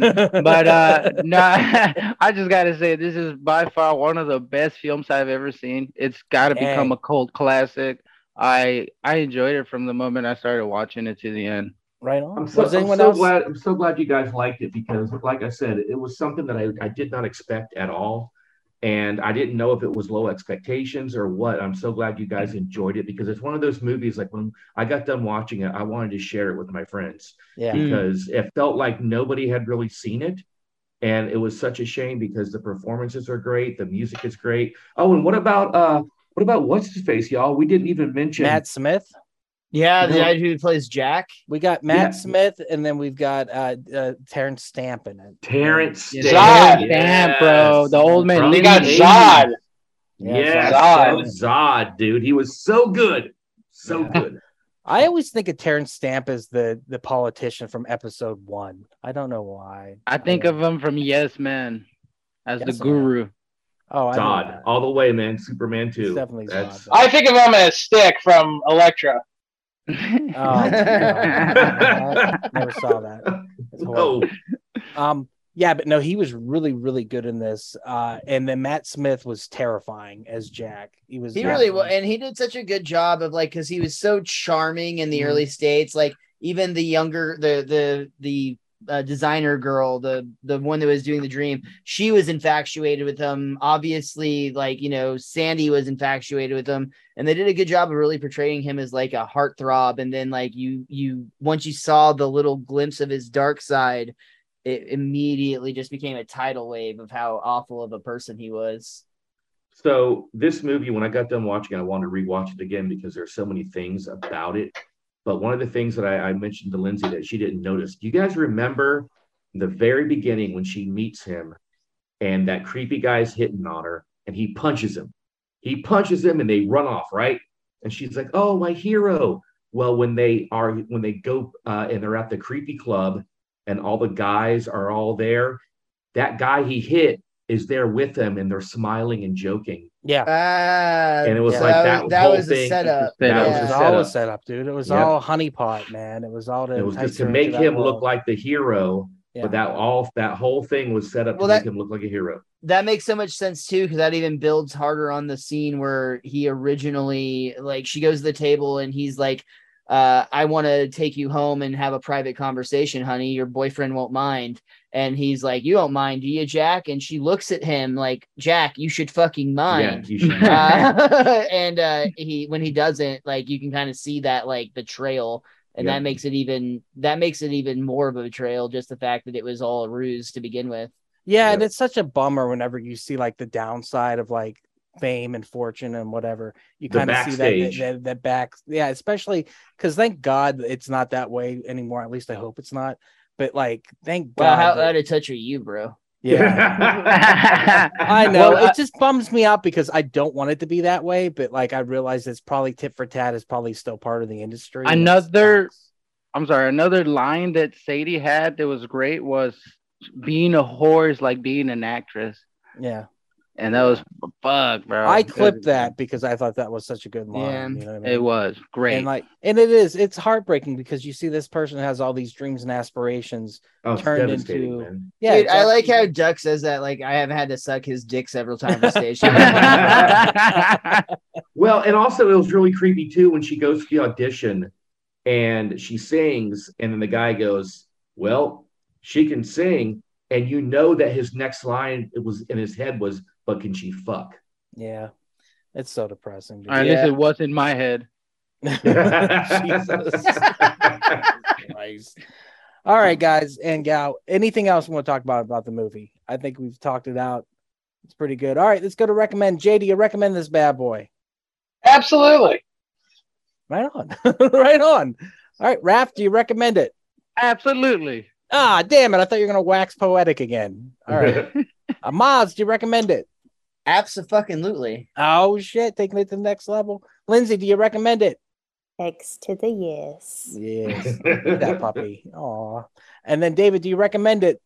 S3: but uh, no, I just gotta say this is by far one of the best films I've ever seen. It's gotta become
S2: Dang.
S3: a cult classic. I I enjoyed it from the moment I started watching it to the end.
S2: Right on.
S7: I'm so,
S2: was
S7: I'm
S2: anyone
S7: so
S2: else?
S7: glad. I'm so glad you guys liked it because, like I said, it was something that I, I did not expect at all, and I didn't know if it was low expectations or what. I'm so glad you guys enjoyed it because it's one of those movies. Like when I got done watching it, I wanted to share it with my friends
S2: Yeah.
S3: Hmm.
S7: because it felt like nobody had really seen it. And it was such a shame because the performances are great, the music is great. Oh, and what about uh what about what's his face, y'all? We didn't even mention
S2: Matt Smith.
S6: Yeah, the
S7: No.
S6: guy who plays Jack.
S2: We got Matt
S7: Yeah.
S2: Smith, and then we've got uh, uh Terrence Stamp in it.
S7: Terrence
S3: Yeah,
S7: Stamp.
S4: Zod.
S3: Damn, bro. The old man.
S7: From
S4: We
S7: the
S3: Lenny
S4: got
S3: Hayes.
S4: Zod.
S2: Yeah,
S7: Yeah,
S4: Zod.
S7: Zod. Zod, dude. He was so good. So good.
S2: I always think of Terrence Stamp as the the politician from episode one. I don't know why.
S3: I think of him from Yes Man as
S2: Yes
S3: the
S2: Man.
S3: guru.
S2: oh, I know
S7: Zod.
S2: that.
S7: All the way, man. Superman
S2: It's
S7: 2.
S2: definitely
S7: That's-
S2: Zod.
S4: I think of him as Stick from Elektra.
S2: Oh, God. I never saw that. It's horrible.
S7: No.
S2: Um, yeah, but no, he was really, really good in this. Uh, and then Matt Smith was terrifying as Jack. He was
S6: He
S2: yeah.
S6: really was, and he did such a good job of like because he was so charming in the early states. Like even the younger, the the the uh, designer girl, the the one that was doing the dream, she was infatuated with him. Obviously, like you know, Sandy was infatuated with him, and they did a good job of really portraying him as like a heartthrob. And then like you you once you saw the little glimpse of his dark side, it immediately just became a tidal wave of how awful of a person he was.
S7: So this movie, when I got done watching it, I wanted to rewatch it again because there's so many things about it. But one of the things that I, I mentioned to Lindsay that she didn't notice. Do you guys remember the very beginning when she meets him and that creepy guy's hitting on her and he punches him? He punches him and they run off, right? And she's like, "Oh, my hero." Well, when they are when they go uh, and they're at the creepy club and all the guys are all there, that guy he hit is there with them and they're smiling and joking.
S2: yeah.
S6: Ah,
S7: And it was
S6: so
S7: like
S6: that,
S7: that,
S6: was- that
S7: whole
S6: was
S7: thing.
S6: a setup.
S7: That
S3: That
S2: it
S7: was
S2: was
S7: a
S6: Yeah.
S2: all a
S7: setup.
S2: setup, dude. It was
S7: Yep.
S2: all honeypot, man. It was all to
S7: It was
S2: entice
S7: just to
S2: her
S7: make
S2: into that
S7: him look
S2: world.
S7: like the hero.
S2: Yeah.
S7: But that all that whole thing was set up to
S6: Well, that-
S7: make him look like a hero.
S6: That makes so much sense too, because that even builds harder on the scene where he originally like she goes to the table and he's like, uh, "I want to take you home and have a private conversation, honey. Your boyfriend won't mind." And he's like, "You don't mind, do you, Jack?" And she looks at him like, "Jack, you should fucking
S7: Yeah,
S6: mind."
S7: you should.
S6: Uh, and uh, he when he doesn't, like you can kind of see that like betrayal. And
S7: Yeah.
S6: that makes it even that makes it even more of a betrayal, just the fact that it was all a ruse to begin with.
S2: Yeah, and
S7: Yep.
S2: it's such a bummer whenever you see like the downside of like fame and fortune and whatever. You
S7: The
S2: kind of see that that,
S7: backstage.
S2: that that back, yeah, especially because thank God it's not that way anymore. At least I hope it's not. But like, thank
S6: Well,
S2: God.
S6: how uh,
S2: that-
S6: out of touch are you, bro?
S2: yeah, I know
S3: Well,
S2: it just bums me out because I don't want it to be that way. But like, I realize it's probably tit for tat is probably still part of the industry. and it
S3: Another-
S2: sucks.
S3: I'm sorry. Another line that Sadie had that was great was being a whore is like being an actress.
S2: yeah.
S3: And that was fuck, bro.
S2: I clipped that because I thought that was such a good line.
S6: Yeah.
S2: you know what I mean?
S3: It was great.
S2: And like, and it is, it's heartbreaking because you see this person has all these dreams and aspirations.
S7: oh, it's
S2: Turned
S7: devastating,
S2: into-
S7: man.
S2: Yeah,
S6: Dude, I like
S2: exactly.
S6: how Duck says that. Like, I have had to suck his dick several times on stage.
S7: Well, and also it was really creepy too when she goes to the audition and she sings, and then the guy goes, Well, she can sing. And you know that his next line it was in his head was, But can she fuck?
S2: Yeah, it's so depressing. dude.
S3: All right,
S6: Yeah.
S3: this it was in my head.
S2: Jesus Christ. All right, guys and gal. Anything else we want to talk about about the movie? I think we've talked it out. It's pretty good. All right, let's go to recommend. Jay, do you recommend this bad boy?
S4: Absolutely.
S2: Right on, right on. All right, Raph, do you recommend it?
S3: Absolutely.
S2: Ah, damn it! I thought you were gonna wax poetic again. All right, Amaz, do you recommend it?
S6: Absolutely.
S2: Oh shit, taking it to the next level. Lindsay, do you recommend it?
S5: X to the yes.
S2: Yes. Look at that puppy. Aw. And then David, do you recommend it?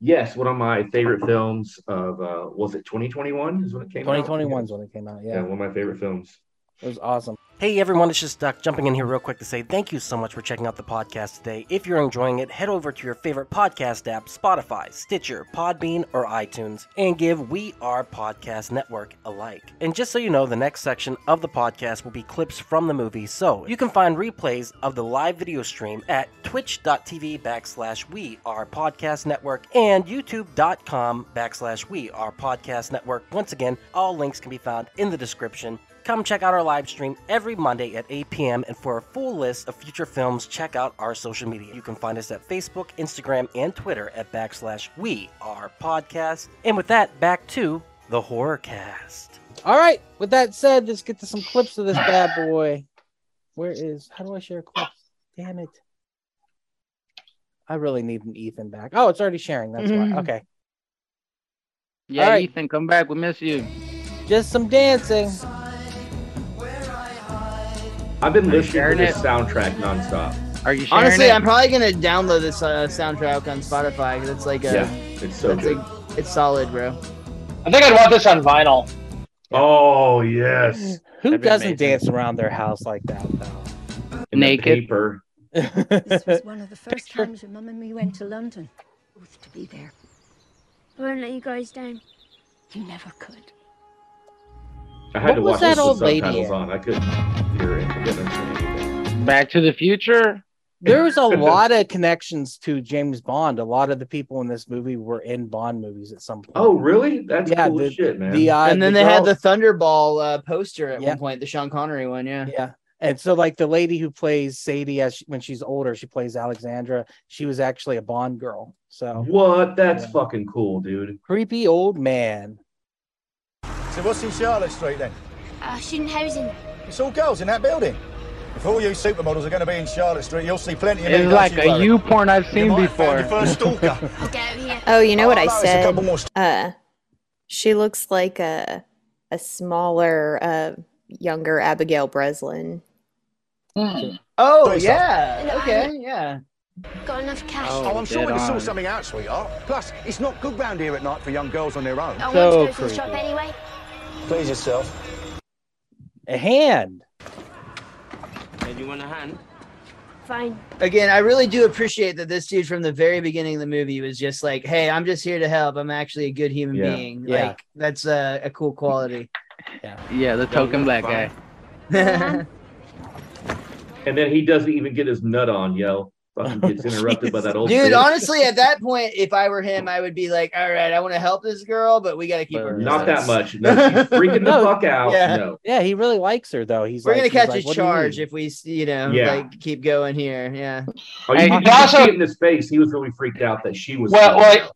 S7: Yes, one of my favorite films of uh was it 2021 is when it came out?
S2: 2021's when it came out.
S7: Yeah.
S2: Yeah.
S7: one of my favorite films.
S2: It was awesome.
S1: Hey everyone, it's just Duck jumping in here real quick to say thank you so much for checking out the podcast today. If you're enjoying it, head over to your favorite podcast app, Spotify, Stitcher, Podbean, or iTunes, and give We Are Podcast Network a like. And just so you know, the next section of the podcast will be clips from the movie, so you can find replays of the live video stream at twitch.tv backslash We Are Podcast Network and youtube.com backslash We Are Podcast Network. Once again, all links can be found in the description. Come check out our live stream every Monday at 8 p.m. And for a full list of future films, check out our social media. You can find us at Facebook, Instagram, and Twitter at backslash we are podcast. And with that, back to the horror cast.
S2: All right. With that said, let's get to some clips of this bad boy. Where is? How do I share clips? Damn it! I really need an Ethan back. Oh, it's already sharing. That's why.
S6: Mm-hmm.
S5: Mhm.
S2: Okay.
S3: Yeah,
S2: All right.
S3: Ethan, come back. We miss you.
S2: Just some dancing.
S7: I've been
S3: Are you
S7: listening to
S3: sharing
S7: this
S3: it?
S7: soundtrack nonstop.
S3: Are you sharing
S6: Honestly,
S3: it?
S6: I'm probably gonna download this uh, soundtrack on Spotify because it's like a,
S7: Yeah, it's so
S6: it's,
S7: good.
S6: like, it's solid, bro.
S4: I think I'd want this on vinyl.
S7: Oh yes,
S2: Who
S3: That'd be
S2: doesn't
S3: amazing.
S2: dance around their house like that though?
S7: And the
S3: Naked.
S7: paper.
S9: This was one of the first times your mum and me went to London. Both to be there.
S8: I won't let you guys down.
S9: You never could.
S7: I had
S2: What
S7: to
S2: was
S7: watch
S2: that
S7: this with
S2: old lady
S7: subtitles
S2: in?
S7: on. I couldn't hear it. I couldn't understand anything.
S3: Back to the Future.
S2: There's a lot of connections to James Bond. A lot of the people in this movie were in Bond movies at some point.
S7: Oh really? That's
S2: Yeah,
S7: cool as shit, man.
S2: the uh,
S6: and then
S2: the
S6: they had
S2: girl-
S6: the Thunderball uh, poster at
S2: Yeah.
S6: one point, the Sean Connery one. Yeah.
S2: Yeah. And so, like the lady who plays Sadie, as she, when she's older, she plays Alexandra. She was actually a Bond girl. So
S7: what? That's
S2: Yeah.
S7: fucking cool,
S4: Mm-hmm.
S7: dude.
S2: creepy old man.
S11: So what's in Charlotte Street then?
S8: Uh, student housing.
S11: It's all girls in that building. If all you supermodels are going to be in Charlotte Street, you'll see plenty of me.
S3: It's
S11: don't
S3: like
S11: you
S3: a
S11: worry.
S3: U porn I've
S11: You
S3: seen
S11: might have found
S3: before.
S11: your first stalker.
S8: I'll get out of here.
S5: Oh, you know what I
S11: Oh, no, it's A
S5: said?
S11: couple more st-
S5: Uh, she looks like a a smaller, uh, younger Abigail Breslin.
S6: Oh
S11: Brace
S6: yeah.
S8: up.
S6: Okay. Yeah.
S8: Got enough cash.
S3: Oh,
S11: oh, I'm sure we can
S3: dead on.
S11: sort something out, sweetheart. Plus, it's not good round here at night for young girls on their own.
S8: I want
S2: so
S8: to go to the shop
S2: creepy.
S8: anyway.
S11: Please yourself.
S2: A hand.
S8: Fine.
S6: Again, I really do appreciate that this dude from the very beginning of the movie was just like, "Hey, I'm just here to help. I'm actually a good human
S7: Yeah.
S6: being."
S2: Yeah.
S6: Like that's uh, a cool quality.
S3: Yeah, the token black guy.
S8: Uh-huh.
S6: yeah.
S7: And then he doesn't even get his nut on, yo. Fucking gets interrupted by that old
S6: Dude,
S7: bitch.
S6: honestly, at that point, if I were him, I would be like, "All right, I want to help this girl, but we got to keep her."
S7: Not
S6: distance."
S7: that much. No, she's freaking
S2: No.
S7: the fuck out.
S6: Yeah.
S7: No.
S2: Yeah, he really likes her though. He's
S6: We're
S2: like,
S6: gonna
S2: he's
S6: catch
S2: like,
S6: a
S2: "What do you
S6: charge
S2: mean?"
S6: if we, you know,
S7: Yeah.
S6: like keep going here. Yeah.
S7: Oh, you,
S3: Hey,
S7: can- you can see it in his face. He was really freaked out that she was.
S4: Well, well,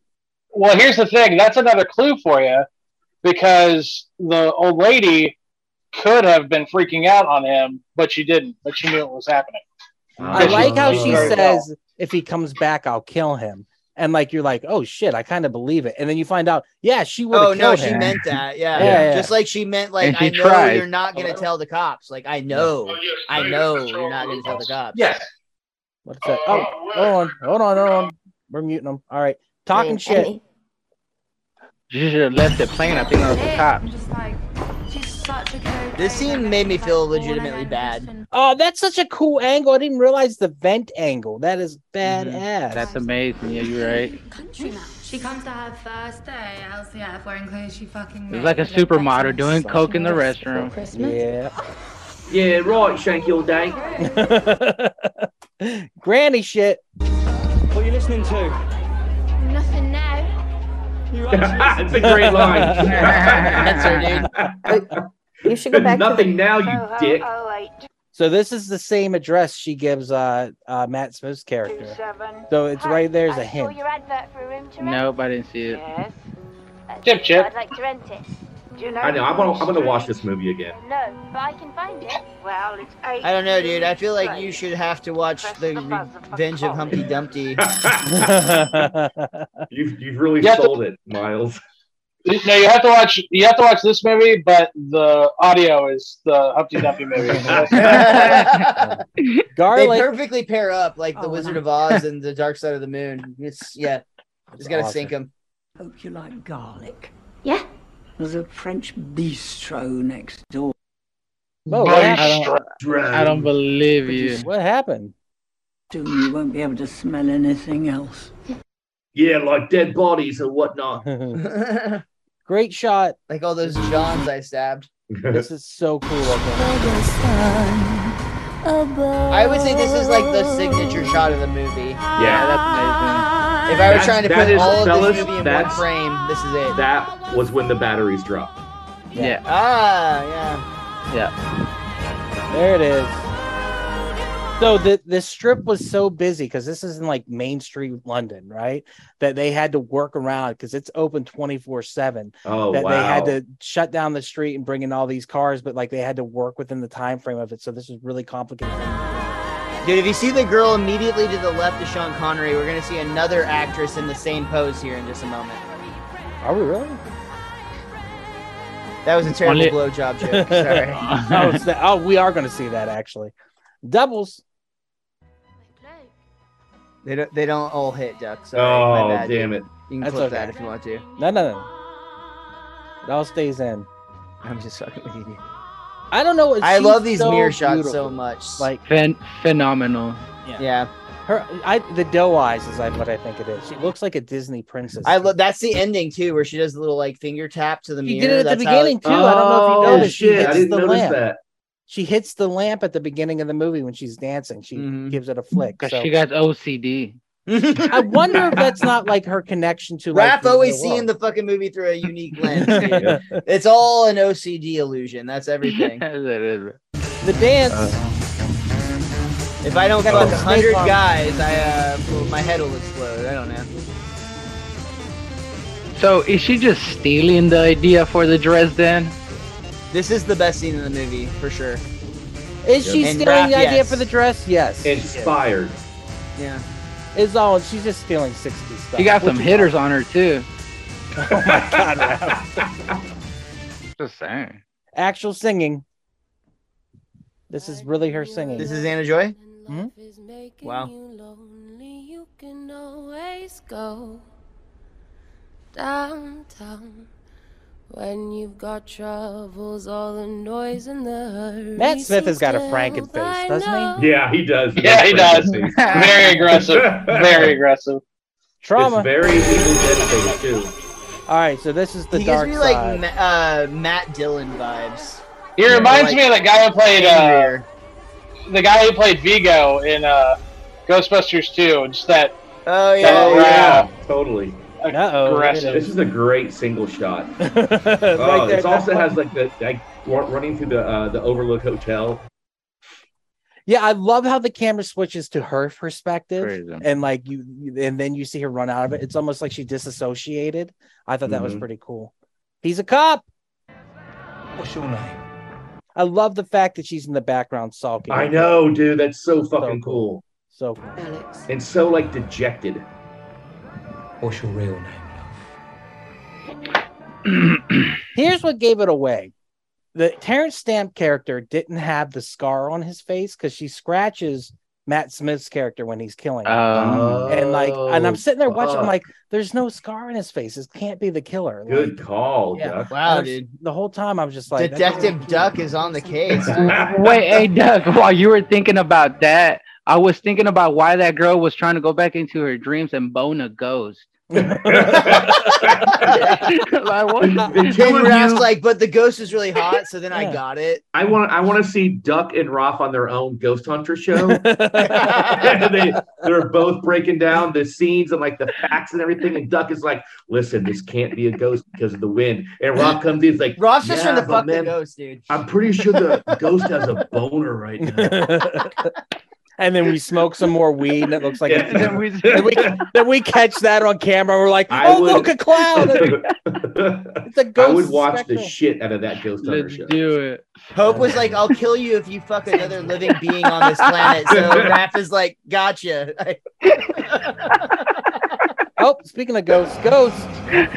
S4: well. Here's the thing. That's another clue for you, because the old lady could have been freaking out on him, but she didn't. But she knew it was happening.
S2: I like how she
S4: Very well.
S2: says, "If he comes back, I'll kill him." And like you're like, "Oh shit, I kind of believe it." And then you find out, yeah, she would.
S6: Oh no,
S2: killed
S6: she
S2: him.
S6: meant that. Yeah.
S2: Yeah, yeah.
S6: Just like she meant
S3: And
S6: like
S3: she
S6: I know
S3: tried.
S6: you're not gonna tell the cops. Like I know. I know you're not gonna tell the cops.
S4: Yes.
S2: What's that? Oh, hold on, hold on, hold on. We're muting him. All right, talking
S5: And-
S2: shit.
S5: and-
S3: You should have left it plain. I think that was the cop.
S9: just like, she's such a good
S6: Oh, This scene made me feel legitimately bad.
S2: Oh, that's such a cool angle. I didn't realize the vent angle. That is badass.
S3: That's amazing. Yeah, you're right.
S9: Countryman. She comes to her first day at LCF wearing clothes she fucking
S3: It's like a supermodel doing coke in the restroom.
S2: yeah.
S7: yeah, right, Shank Your Day.
S2: Granny shit.
S11: What are you listening to?
S8: Nothing now.
S7: it's a great line.
S6: That's her,
S5: You should go back.
S7: Nothing
S5: to
S7: now,
S8: Oh,
S7: you dick.
S2: So this is the same address she gives uh, uh Matt Smith's character. So it's right there's a hint.
S8: your advert for a room to rent.
S3: Nope, I didn't see it.
S9: Yes.
S8: That's
S4: Chip,
S8: it,
S4: chip.
S8: I'd like to rent it. Do you know?
S7: I know. I'm gonna. I'm gonna watch this movie again.
S8: No, but I can find it. Well, it's eight.
S6: I don't know, dude. I feel like you should have to watch the Revenge of Humpty Dumpty.
S7: you've you've really
S4: Yeah,
S7: sold it, Miles.
S4: No, you have to watch. You have to watch this movie, but the audio is the Humpty Dumpty movie.
S6: they
S2: Garlic.
S6: perfectly pair up, like the
S9: Oh,
S6: Wizard
S9: no.
S6: of Oz and the Dark Side of the Moon. It's yeah, just gotta sink them.
S9: Hope you like garlic.
S8: Yeah.
S9: There's a French bistro next door.
S2: Whoa, what
S3: Body
S2: happened?
S3: Oh, I don't believe you.
S2: What happened?
S12: Soon you won't be able to smell anything else.
S7: Yeah, like dead bodies and whatnot.
S2: Great shot.
S6: Like all those Johns I stabbed.
S2: this is so cool. looking.
S6: I would say this is like the signature shot of the movie.
S7: Yeah,
S2: Ah,
S7: that's
S6: amazing. If I were
S7: That-
S6: trying to
S7: that
S6: put
S7: is-
S6: all of
S7: fellas,
S6: this movie in one
S7: that's-
S6: frame, this is it.
S7: That was when the batteries dropped.
S3: Yeah.
S6: Ah, yeah.
S3: Yeah.
S2: There it is. So the the strip was so busy because this is in like Main Street London, right? That they had to work around because it's open twenty four seven.
S7: Oh,
S2: that they
S7: wow.
S2: had to shut down the street and bring in all these cars, but like they had to work within the time frame of it. So this was really complicated.
S6: Dude, if you see the girl immediately to the left of Sean Connery, we're gonna see another actress in the same pose here in just a moment.
S2: Are we really?
S6: That was a terrible
S2: Only-
S6: blowjob joke. Sorry.
S2: oh, snap. oh, we are going to see that actually. Doubles.
S6: They don't. They don't all hit ducks.
S7: Oh, damn it.
S6: You can
S2: That's
S6: clip
S2: okay.
S6: that if you want to.
S2: No, no, no. It all stays in.
S6: I'm just fucking with you.
S2: I don't know. it
S6: I
S2: seems
S6: love these
S2: so
S6: mirror shots so
S2: beautiful.
S6: much.
S2: Like
S3: Phen- phenomenal.
S2: yeah.
S6: yeah.
S2: her, I the doe eyes is like what I think it is. She looks like a Disney princess.
S6: I love. That's the ending too, where she does a little like finger tap to the
S2: She
S6: mirror.
S2: did it at the
S6: That's how
S2: beginning too. I don't know if
S7: Oh,
S2: you noticed.
S7: shit, I
S2: she hits
S7: didn't
S2: the
S7: notice
S2: lamp.
S7: that.
S2: She hits the lamp at the beginning of the movie when she's dancing. She gives it a flick.
S3: Cause
S2: so-
S3: she got OCD.
S2: I wonder if that's not like her connection to like,
S6: Raph
S2: the
S6: always
S2: real
S6: seeing the fucking movie through a unique lens.
S2: world.
S6: dude. it's all an OCD illusion. That's everything.
S3: That is-
S2: the dance.
S6: Uh, If I don't
S2: Got
S6: fuck
S2: a
S6: a
S2: little snake
S6: hundred
S2: on.
S6: guys, I uh, well, my head will explode. I don't know.
S3: So is she just stealing the idea for the dress then?
S6: This is the best scene in the movie for sure.
S2: Is she
S6: And
S2: stealing
S6: Raph,
S2: the idea
S6: yes.
S2: for the dress? Yes.
S7: Inspired.
S6: Yeah.
S2: It's all. She's just stealing 60s stuff.
S3: She got
S2: What
S3: some
S2: you-
S3: hitters on her too.
S2: Oh my God, Raph.
S3: Just saying.
S2: Actual singing. This is really her singing.
S6: This is Anna Joy.
S2: Hmm?
S6: Wow.
S13: can always go downtown when you've got troubles, all the noise and the hurry.
S2: Matt Smith has got a
S13: seems
S2: Franken
S13: to
S2: face, doesn't he?
S7: Yeah, he does.
S4: Yeah, he does. Very aggressive. Very aggressive.
S2: Trauma.
S7: It's very evil dead face too.
S2: All right, so this is the
S6: he gives
S2: dark
S6: me
S2: side.
S6: like Ma- uh, Matt Dillon vibes.
S4: He
S6: Yeah,
S4: reminds
S6: like-
S4: me of the guy who played uh,
S6: Angrier.
S4: the guy who played Vigo in uh, Ghostbusters 2. Just that
S6: Oh yeah.
S7: Oh
S4: yeah.
S7: yeah, totally.
S2: Uh-oh.
S4: aggressive.
S7: This is a great single shot.
S2: Right
S7: oh,
S2: there,
S7: this also
S2: that's-
S7: has like the like wa- running through the uh, the Overlook Hotel.
S2: Yeah, I love how the camera switches to her perspective,
S3: Crazy.
S2: and like you, you- and then you see her run out of it. It's almost like she disassociated. I thought that was
S7: Mhm.
S2: pretty cool. He's a cop.
S11: What's your name?
S2: I love the fact that she's in the background sulking.
S7: I know, dude. That's so fucking cool.
S2: So cool.
S7: and so like dejected.
S11: What's your real name?
S2: here's what gave it away. The Terrence Stamp character didn't have the scar on his face because she scratches Matt Smith's character when he's killing him.
S3: Um,
S2: and like, and
S7: Oh.
S2: I'm sitting there watching. I'm
S7: fuck.
S2: like, "There's no scar on his face. This can't be the killer." Like,
S7: Oh. Good call,
S2: Yeah.
S7: Duck.
S6: Wow,
S2: I'm-
S6: dude.
S2: The whole time I was just like, that doesn't
S6: Detective Duck is on the case. dude.
S3: Wait, hey Doug, while you were thinking about that, I was thinking about why that girl was trying to go back into her dreams and bone a ghost. like, what?
S7: The two
S6: Ken
S7: of
S6: Raff's
S7: you-
S6: like, but the ghost is really hot, so then
S2: Yeah.
S6: I got it.
S7: I want I want to see Duck and Roth on their own Ghost Hunter show. they, they're both breaking down the scenes and like the facts and everything. And Duck is like, "Listen, this can't be a ghost because of the wind." And Roth comes in, he's like,
S6: Ross just
S7: "Yeah,
S6: trying to
S7: but
S6: fuck the
S7: man,
S6: ghost, dude.
S7: I'm pretty sure the ghost has a boner right now."
S2: and then we smoke some more weed, and it looks like
S7: Yeah.
S2: then, we, then we catch that on camera. We're like,
S7: I
S2: "Oh,
S7: would-
S2: look, a cloud! It's a ghost."
S7: I would watch the
S2: spectrum.
S7: shit out of that Ghost Hunter
S3: Let's
S7: show.
S3: do it.
S6: Hope was like, I'll kill you if you fuck another living being on this planet. So Raph is like, gotcha. Like,
S2: Oh, speaking of ghosts, ghosts.
S11: That's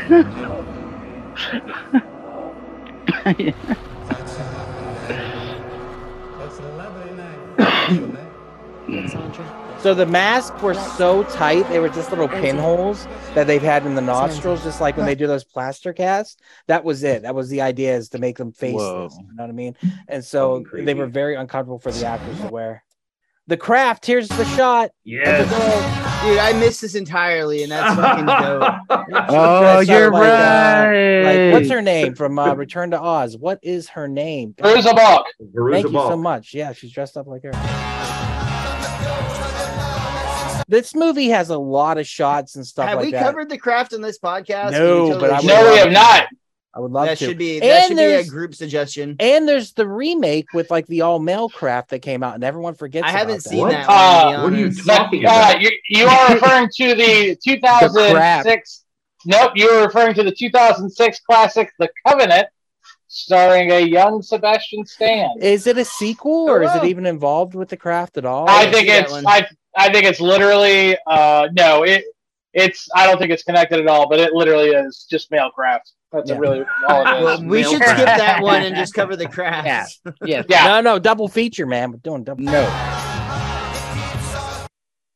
S11: a lovely name.
S13: Alexandra.
S2: So the masks were so tight, they were just little pinholes that they've had in the nostrils, just like when they do those plaster casts. That was it. That was the idea is to make them faceless.
S14: Whoa.
S2: You know what I mean? And so they were very uncomfortable for the actors to wear. The craft, here's the shot.
S7: Yes.
S6: Dude, I missed this entirely, and that's fucking dope.
S2: Oh,
S6: you're
S4: uh,
S2: Like, what's
S6: right.
S2: her name from uh, Return to Oz? What is her name?
S4: Veruza Balk.
S2: Thank you
S7: Veruza
S2: so
S7: Balk.
S2: much. Yeah, she's dressed up like her. This movie has a lot of shots and stuff
S6: Have
S2: like
S6: we
S2: that.
S6: covered the craft on this podcast?
S2: No,
S6: We
S2: but I would
S6: should.
S2: No, we have not. I would love
S6: That
S2: to.
S6: should be that
S2: And
S6: should be a
S2: there's-
S6: group suggestion.
S2: And there's the remake with like the all male craft that came out, and everyone forgets.
S6: I haven't
S2: about
S6: seen
S2: that.
S6: that one, to
S7: what
S6: be
S7: are you
S6: honest.
S7: talking
S4: Uh,
S7: about?
S4: you, you are referring to the 2006. nope, you were referring to the 2006 classic The Covenant, starring a young Sebastian Stan.
S2: Is it a sequel, or is it even involved with the craft at all?
S4: I think it's I, I think it's literally uh no it it's I don't think it's connected at all, but it literally is just male craft. That's
S2: Yeah.
S4: really all it is.
S2: Well, we should skip that one and just
S6: cover the craft.
S2: Yeah.
S4: Yeah.
S2: No, no, double feature, man. We're doing double. No.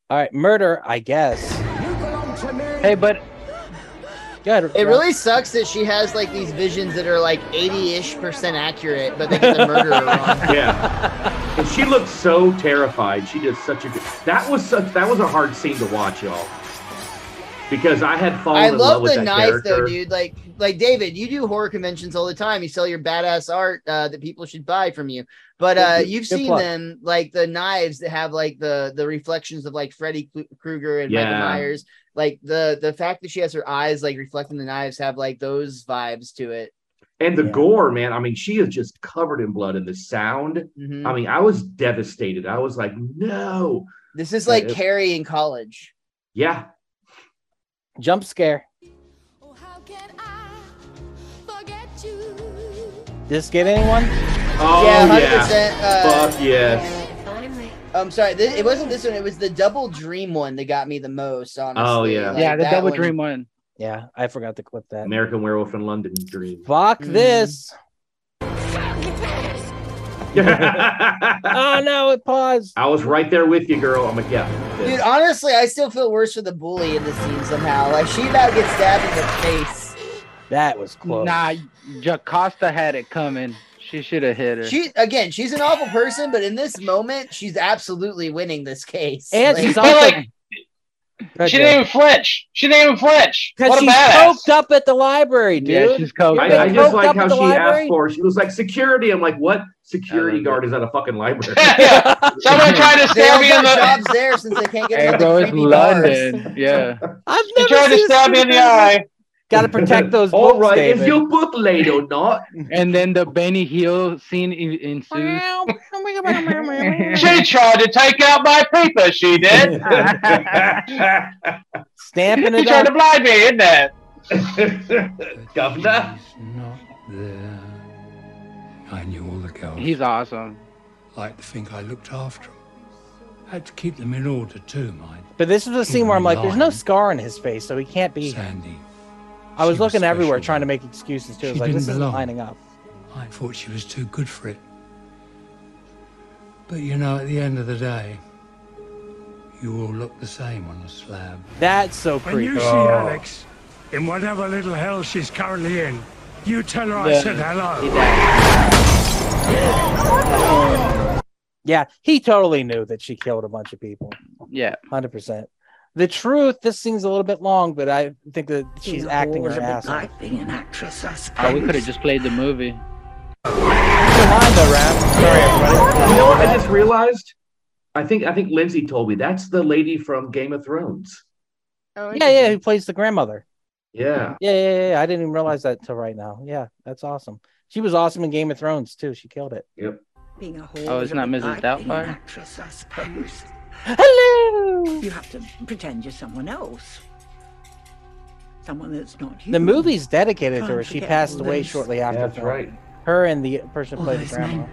S2: All right, murder. I guess. Hey, but. Good.
S6: It really sucks that she has like these visions that are like 80-ish percent accurate, but they get the murderer wrong.
S7: yeah. And she looked so terrified. She did such a good. That was such. That was a hard scene to watch, y'all. Because I had fallen
S6: I
S7: in
S6: love
S7: love with
S6: the
S7: that
S6: knife
S7: character.
S6: though, dude. Like like David, you do horror conventions all the time. You sell your badass art uh, that people should buy from you. But
S2: Thank
S6: uh,
S2: you.
S6: you've
S2: Good
S6: seen
S2: plug.
S6: them like the knives that have like the the reflections of like Freddy Klu- Krueger and Michael
S7: Yeah.
S6: Myers. Like the the fact that she has her eyes like reflecting the knives have like those vibes to it.
S7: And the gore, man. I mean, she is just covered in blood, and the sound.
S6: Mhm.
S7: I mean, I was devastated. I was like, no.
S6: This is like
S7: Yeah, it-
S6: Carrie in college.
S7: Yeah.
S2: Jump scare.
S13: Oh,
S2: This get anyone?
S7: Oh
S6: Yeah, 100%, uh,
S7: Fuck yes.
S6: I'm sorry, this, it wasn't this one. It was the double dream one that got me the most.
S7: Oh,
S6: Honestly, Like,
S3: yeah, the
S6: that
S3: double
S6: one-
S3: dream one.
S2: Yeah, I forgot to clip that.
S7: American Werewolf in London dream.
S2: Fuck
S4: Mm.
S2: this.
S7: oh
S2: Ah, no, it paused.
S7: I was right there with you, girl. I'm like, yeah. this.
S6: Dude, honestly, I still feel worse for the bully in this scene somehow. Like she about gets stabbed in the face.
S2: That was close.
S3: Nah, Jacosta had it coming. She should have hit her.
S6: She again, she's an awful person, but in this moment, she's absolutely winning this case.
S2: And
S6: Like-
S2: she's also
S4: She didn't even flinch. She didn't even flinch.
S2: because
S4: What a
S2: she's
S4: badass.
S2: coked up at the library, dude.
S3: Yeah, she's coked
S2: You're
S7: I,
S2: being
S7: I just
S2: coked
S7: like
S2: up
S7: how
S2: at
S7: she
S2: the library?
S7: asked for. She was like security. I'm like, what security guard is at a fucking library?
S4: Someone tried to
S6: They all
S4: stab me in
S6: got
S4: the
S6: jobs there since they can't get
S3: Hey,
S6: enough
S3: bro,
S6: of
S3: it's
S6: creepy bars.
S3: London. Yeah.
S2: I've
S4: She
S2: never
S4: tried to
S2: seen
S4: stab me in the
S2: Superman.
S4: eye.
S2: Gotta protect those books,
S7: All right, is
S2: David.
S7: your book laid or not?
S3: And then the Benny Hill scene en- ensues.
S4: She tried to take out my paper. She did.
S2: Stamping
S4: she
S2: it
S4: tried to
S2: up.
S4: blind me, isn't it?
S7: Governor.
S15: There. I knew all the girls.
S3: He's awesome.
S15: Like to think I looked after them. Had to keep them in order too, mind.
S2: But this was a scene where I'm like, there's no scar on his face, so he can't be.
S15: Sandy.
S2: I was looking everywhere trying to make excuses too. I was
S15: She
S2: like,
S15: didn't
S2: this isn't
S15: belong.
S2: lining up.
S15: I thought she was too good for it. But you know, at the end of the day, you all look the same on the slab.
S2: That's so
S16: When
S2: creepy.
S16: you see
S7: Oh.
S16: Alex in whatever little hell she's currently in, you tell her I
S2: Yeah.
S16: said hello.
S2: Yeah, he totally knew that she killed a bunch of people.
S3: Yeah.
S2: Hundred percent. The truth. This seems a little bit long, but I think that she's acting her ass off.
S12: being an actress, I
S3: Oh, we could have just played the movie.
S7: You know what I just realized? I think I think Lindsay told me that's the lady from Game of Thrones.
S5: Oh,
S2: Yeah, yeah. Who plays the grandmother?
S7: Yeah.
S2: Yeah, yeah, yeah, yeah. I didn't even realize that till right now. Yeah, that's awesome. She was awesome in Game of Thrones too. She killed it.
S7: Yep.
S12: Being a whore
S3: Oh, it's not Mrs. Doubtfire?
S12: actress, I suppose.
S2: Hello.
S12: You have to pretend you're someone else. Someone that's not you.
S2: The movie's dedicated to
S12: Can't
S2: her. She
S12: forget
S2: passed
S12: all
S2: away
S12: this.
S2: shortly after.
S7: That's
S2: film.
S7: right.
S2: Her and the person who
S12: All
S2: played the
S12: those men.
S2: grandma.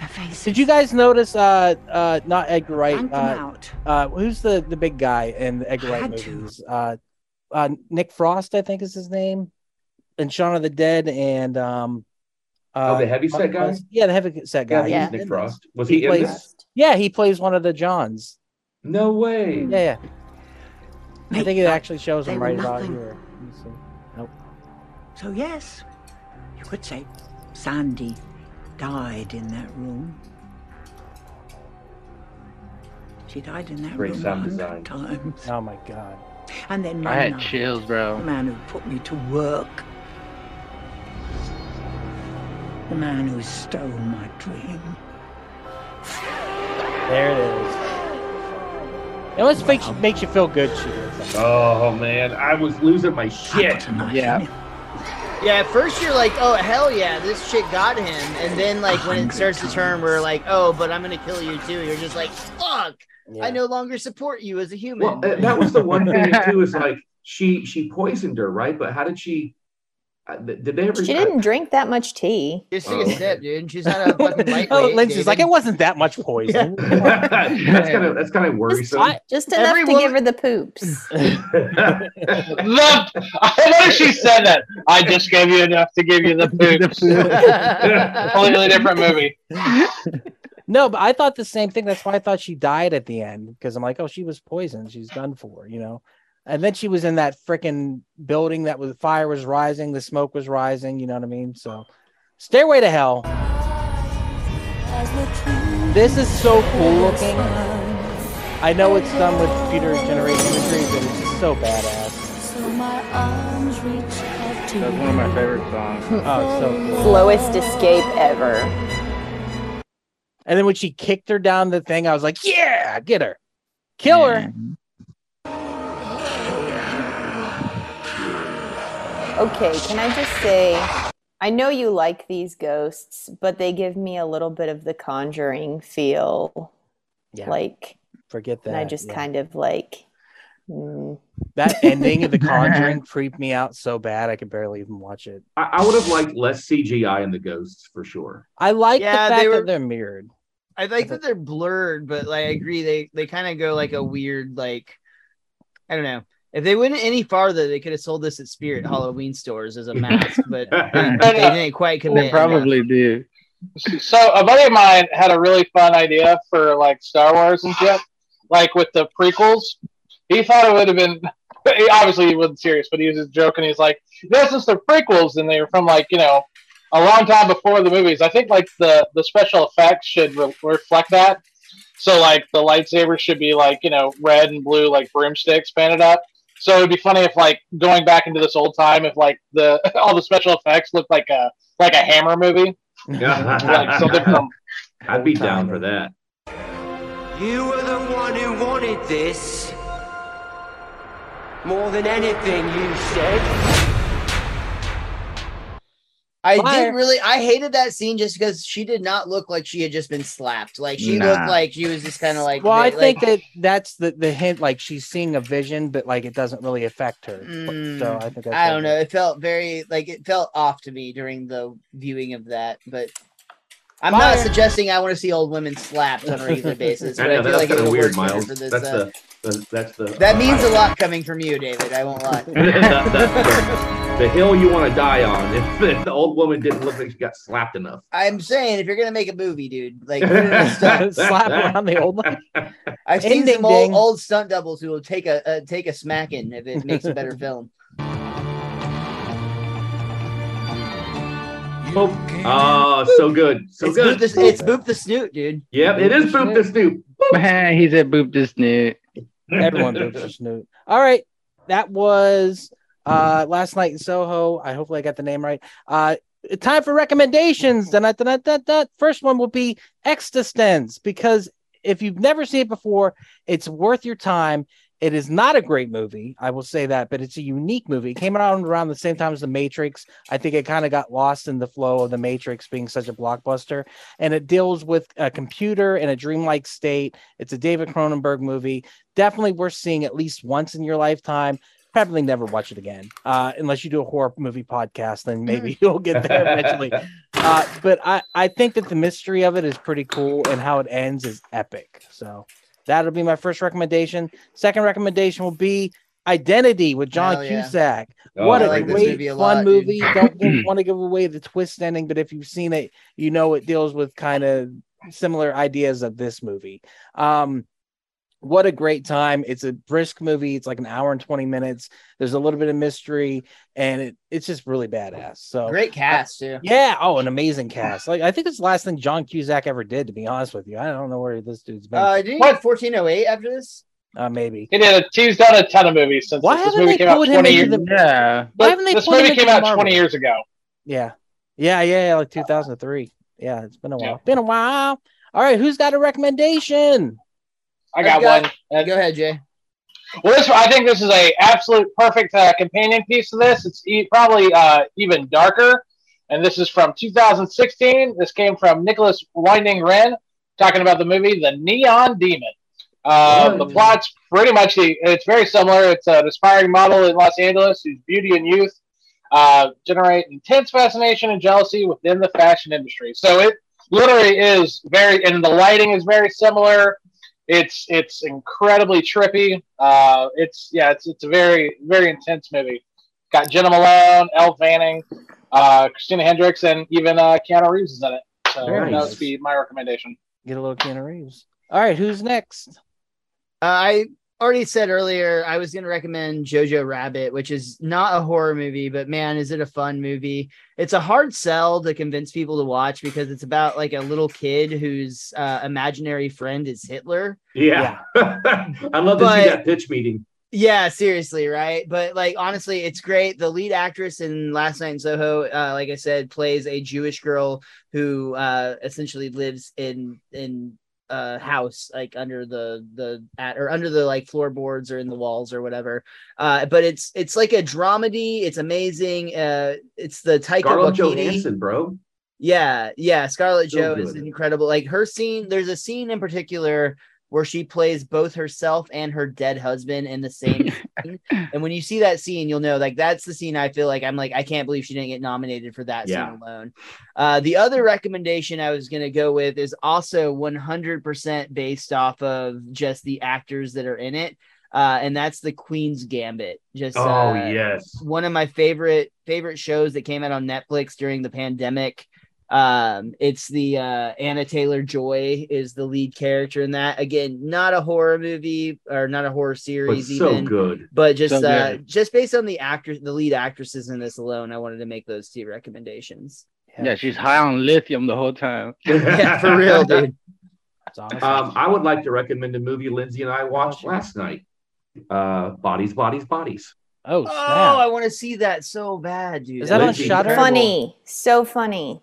S12: Their faces.
S2: Did you guys notice? Uh, uh, not Edgar Wright.
S12: Blank them
S2: Uh,
S12: out.
S2: uh, who's the the big guy in the Edgar Wright
S12: Had to.
S2: movies? Uh, uh, Nick Frost, I think is his name, and Shaun of the Dead, and um, uh,
S7: Oh, the heavy set guy?
S2: Yeah, the heavy set guy.
S7: Yeah,
S2: He's
S7: Nick
S2: in
S7: Frost.
S2: this.
S7: Was he in
S2: plays
S7: this?
S2: Yeah, he plays one of the Johns.
S7: No way.
S2: Yeah, yeah. I
S12: Mate,
S2: think it
S12: I-
S2: actually shows
S12: they
S2: him
S12: were
S2: right about
S12: nothing.
S2: here. Let me see. Nope.
S12: So, yes, you could say Sandy died in that room. She died in that
S3: Great
S12: room a
S3: sound
S12: hundred
S3: design.
S12: times.
S2: Oh my god.
S12: And then
S3: I
S12: my
S3: had
S12: night,
S3: chills, bro.
S12: the man who put me to work, the man who stole my dream.
S2: There it is. It always makes you, makes you feel good, she is.
S7: Oh man, I was losing my shit.
S3: Yeah.
S6: Yeah, at first you're like, oh hell yeah, this shit got him, and then like when it starts to turn, we're like, oh, but I'm gonna kill you too. You're just like, fuck, I no longer support you as a human.
S7: Well, uh, that was the one thing too. Is like she she poisoned her, right? But how did she? Uh, th- did they ever?
S5: She didn't drink that much tea.
S6: Just
S7: took a Oh.
S6: sip, dude. She's not a fucking
S2: Oh, Lindsay's like, it wasn't that much poison.
S7: that's kind of that's kind of worrisome.
S5: Just enough
S6: Every
S5: to give her the poops.
S4: Look, I know she said that. I just gave you enough to give you the poops. Completely different movie.
S2: No, but I thought the same thing. That's why I thought she died at the end because I'm like, oh, she was poisoned. She's done for, you know. And then she was in that freaking building that was fire was rising, the smoke was rising. You know what I mean? So, Stairway to Hell. This is so cool looking. I know it's done with computer generated imagery, but it's just so badass.
S3: That's one of my favorite songs.
S2: Oh, so cool.
S5: Slowest escape ever.
S2: And then when she kicked her down the thing, I was like, yeah, get her, kill her.
S5: Okay, can I just say, I know you like these ghosts, but they give me a little bit of the Conjuring feel.
S2: Yeah.
S5: Like,
S2: Forget that.
S5: and I just
S2: yeah.
S5: kind of like, mm.
S2: That ending of The Conjuring creeped me out so bad I could barely even watch it.
S7: I, I would have liked less CGI in the ghosts for sure.
S2: I like
S6: Yeah,
S2: the fact
S6: they were-
S2: that they're mirrored.
S6: I like that they're blurred, but like I agree, they they kind of go like a weird like, I don't know. If they went any farther, they could have sold this at Spirit Halloween stores as a mask, but
S7: Oh,
S6: they, they didn't quite commit.
S3: They probably do.
S4: So a buddy of mine had a really fun idea for like Star Wars and shit, like with the prequels. He thought it would have been. he- Obviously, he wasn't serious, but he was just joking. He's like, "This is the prequels," and they were from like you know a long time before the movies. I think like the the special effects should re- reflect that. So like the lightsaber should be like you know red and blue like broomsticks painted up. So it'd be funny if like going back into this old time if like the all the special effects looked like a like a Hammer movie. Like something from
S7: I'd be down for that.
S14: You were the one who wanted this. More than anything, you said.
S6: I
S14: Fire.
S6: did really. I hated that scene just because she did not look like she had just been slapped. Like she
S2: Nah.
S6: looked like she was just kind of like.
S2: Well, I
S6: like-
S2: think that that's the, the hint. Like she's seeing a vision, but like it doesn't really affect her. so I think that's
S6: Mm. Hmm, I don't
S2: okay.
S6: know. It felt very like it felt off to me during the viewing of that, but I'm not
S2: Fire.
S6: suggesting I want to see old women slapped on a regular basis.
S7: I
S6: but
S7: know
S6: feel
S7: that's
S6: like it
S7: kind of
S6: would
S7: weird,
S6: work better
S7: Miles.
S6: for this,
S7: that's
S6: uh,
S7: the, the that's the
S6: that means a
S7: uh,
S6: lot coming from you, David. I won't lie.
S7: that- that's the, the hill you want to die on. If, if the old woman didn't look like she got slapped enough.
S6: I'm saying if you're gonna make a movie, dude, like put it in a stunt.
S2: uh, slap around the old lady.
S6: I've seen
S2: Ending
S6: some old,
S2: ding.
S6: old stunt doubles who will take a uh, take a smacking if it makes a better film.
S7: Boop. Oh, so good, so
S6: it's
S7: good.
S6: Boop the, it's boop the snoot, dude.
S7: Yep, it is boop the snoop.
S3: Man, he said boop this new.
S2: Everyone boops a snoot. All right, that was uh last night in Soho. I hopefully I got the name right. Uh, time for recommendations. Dun, dun, dun, dun, dun. First one will be Existence because if you've never seen it before, it's worth your time. It is not a great movie, I will say that, but it's a unique movie. It came out around the same time as The Matrix. I think it kind of got lost in the flow of The Matrix being such a blockbuster. And it deals with a computer in a dreamlike state. It's a David Cronenberg movie. Definitely worth seeing at least once in your lifetime. Probably never watch it again, uh, unless you do a horror movie podcast. Then maybe you'll get there eventually. Uh, but I, I think that the mystery of it is pretty cool, and how it ends is epic. So that'll be my first recommendation. Second recommendation will be Identity with John
S6: Hell yeah.
S2: Cusack.
S6: Oh,
S2: what
S6: I
S2: a
S6: like this
S2: great
S6: movie a
S2: fun
S6: lot, dude.
S2: movie! Don't want to give away the twist ending, but if you've seen it, you know it deals with kind of similar ideas of this movie. Um, what a great time! It's a brisk movie. It's like an hour and twenty minutes. There's a little bit of mystery, and it, it's just really badass. So
S6: Great cast, too.
S2: yeah. Oh, an amazing cast. Like I think it's the last thing John Cusack ever did. To be honest with you, I don't know where this dude's been.
S6: Uh, did he get 1408 after this?
S2: Uh, maybe
S4: He did. A, he's done a ton of movies since
S2: Why
S4: this,
S2: haven't
S4: movie
S2: they
S4: came out
S2: pulled him
S4: twenty
S2: into
S4: years.
S2: the-
S3: yeah.
S2: Why haven't they
S4: this
S2: pulled him
S4: movie
S2: into
S4: came
S2: the
S4: out
S2: Marvel?
S4: twenty years ago.
S2: Yeah. Yeah, yeah, yeah, like 2003. Yeah, it's been a while. Been a while. All right, who's got a recommendation?
S4: I got, one.
S6: Go ahead, Jay.
S4: Well, this I think this is a absolute perfect uh, companion piece to this. It's e- probably uh, even darker, and this is from 2016. This came from Nicholas Winding Ren talking about the movie The Neon Demon. Uh, the plot's pretty much the. It's very similar. It's an aspiring model in Los Angeles whose beauty and youth uh, generate intense fascination and jealousy within the fashion industry. So it literally is very, and the lighting is very similar. It's it's incredibly trippy. Uh, it's yeah, it's it's a very very intense movie. Got Jenna Malone, Elle Fanning, uh, Christina Hendricks, and even uh, Keanu Reeves is in it. So
S2: Very
S4: that
S2: nice.
S4: would be my recommendation.
S2: Get a little Keanu Reeves. All right, who's next?
S6: Uh, I already said earlier I was going to recommend Jojo Rabbit, which is not a horror movie, but man, is it a fun movie? It's a hard sell to convince people to watch because it's about like a little kid whose uh, imaginary friend is Hitler.
S7: Yeah. I'd love to
S6: But-
S7: see that pitch meeting.
S6: Yeah, seriously, right? But like honestly, it's great. The lead actress in Last Night in Soho, uh, like I said, plays a Jewish girl who uh essentially lives in in a house like under the the at or under the like floorboards or in the walls or whatever. Uh but it's it's like a dramedy, it's amazing. Uh it's the Taika
S7: Scarlett
S6: Waititi.
S7: Johansson, bro.
S6: Yeah, yeah. Scarlett
S7: So
S6: Joe is
S7: good.
S6: incredible. Like her scene, there's a scene in particular where she plays both herself and her dead husband in the same scene. And when you see that scene, you'll know like that's the scene I feel like I'm like, I can't believe she didn't get nominated for that
S12: Yeah.
S6: scene alone. Uh, the other recommendation I was going to go with is also 100% based off of just the actors that are in it. Uh, and that's the Queen's Gambit. Just
S7: Oh,
S6: uh,
S7: yes.
S6: one of my favorite favorite shows that came out on Netflix during the pandemic. Um, it's the uh, Anna Taylor Joy is the lead character in that. Again, not a horror movie or not a horror
S7: But
S6: series,
S7: so
S6: even.
S7: good.
S6: But just
S7: So
S6: uh,
S7: good.
S6: just based on the actors, the lead actresses in this alone, I wanted to make those two recommendations.
S3: Yeah, she's high on lithium the whole time.
S6: Yeah, for real, dude.
S7: Um, I would like to recommend a movie Lindsay and I watched last night. Uh, Bodies, Bodies, Bodies.
S2: Oh,
S6: Oh, I want to see that so bad, dude.
S7: Is that on Lindsay, Shudder?
S5: Funny, so funny.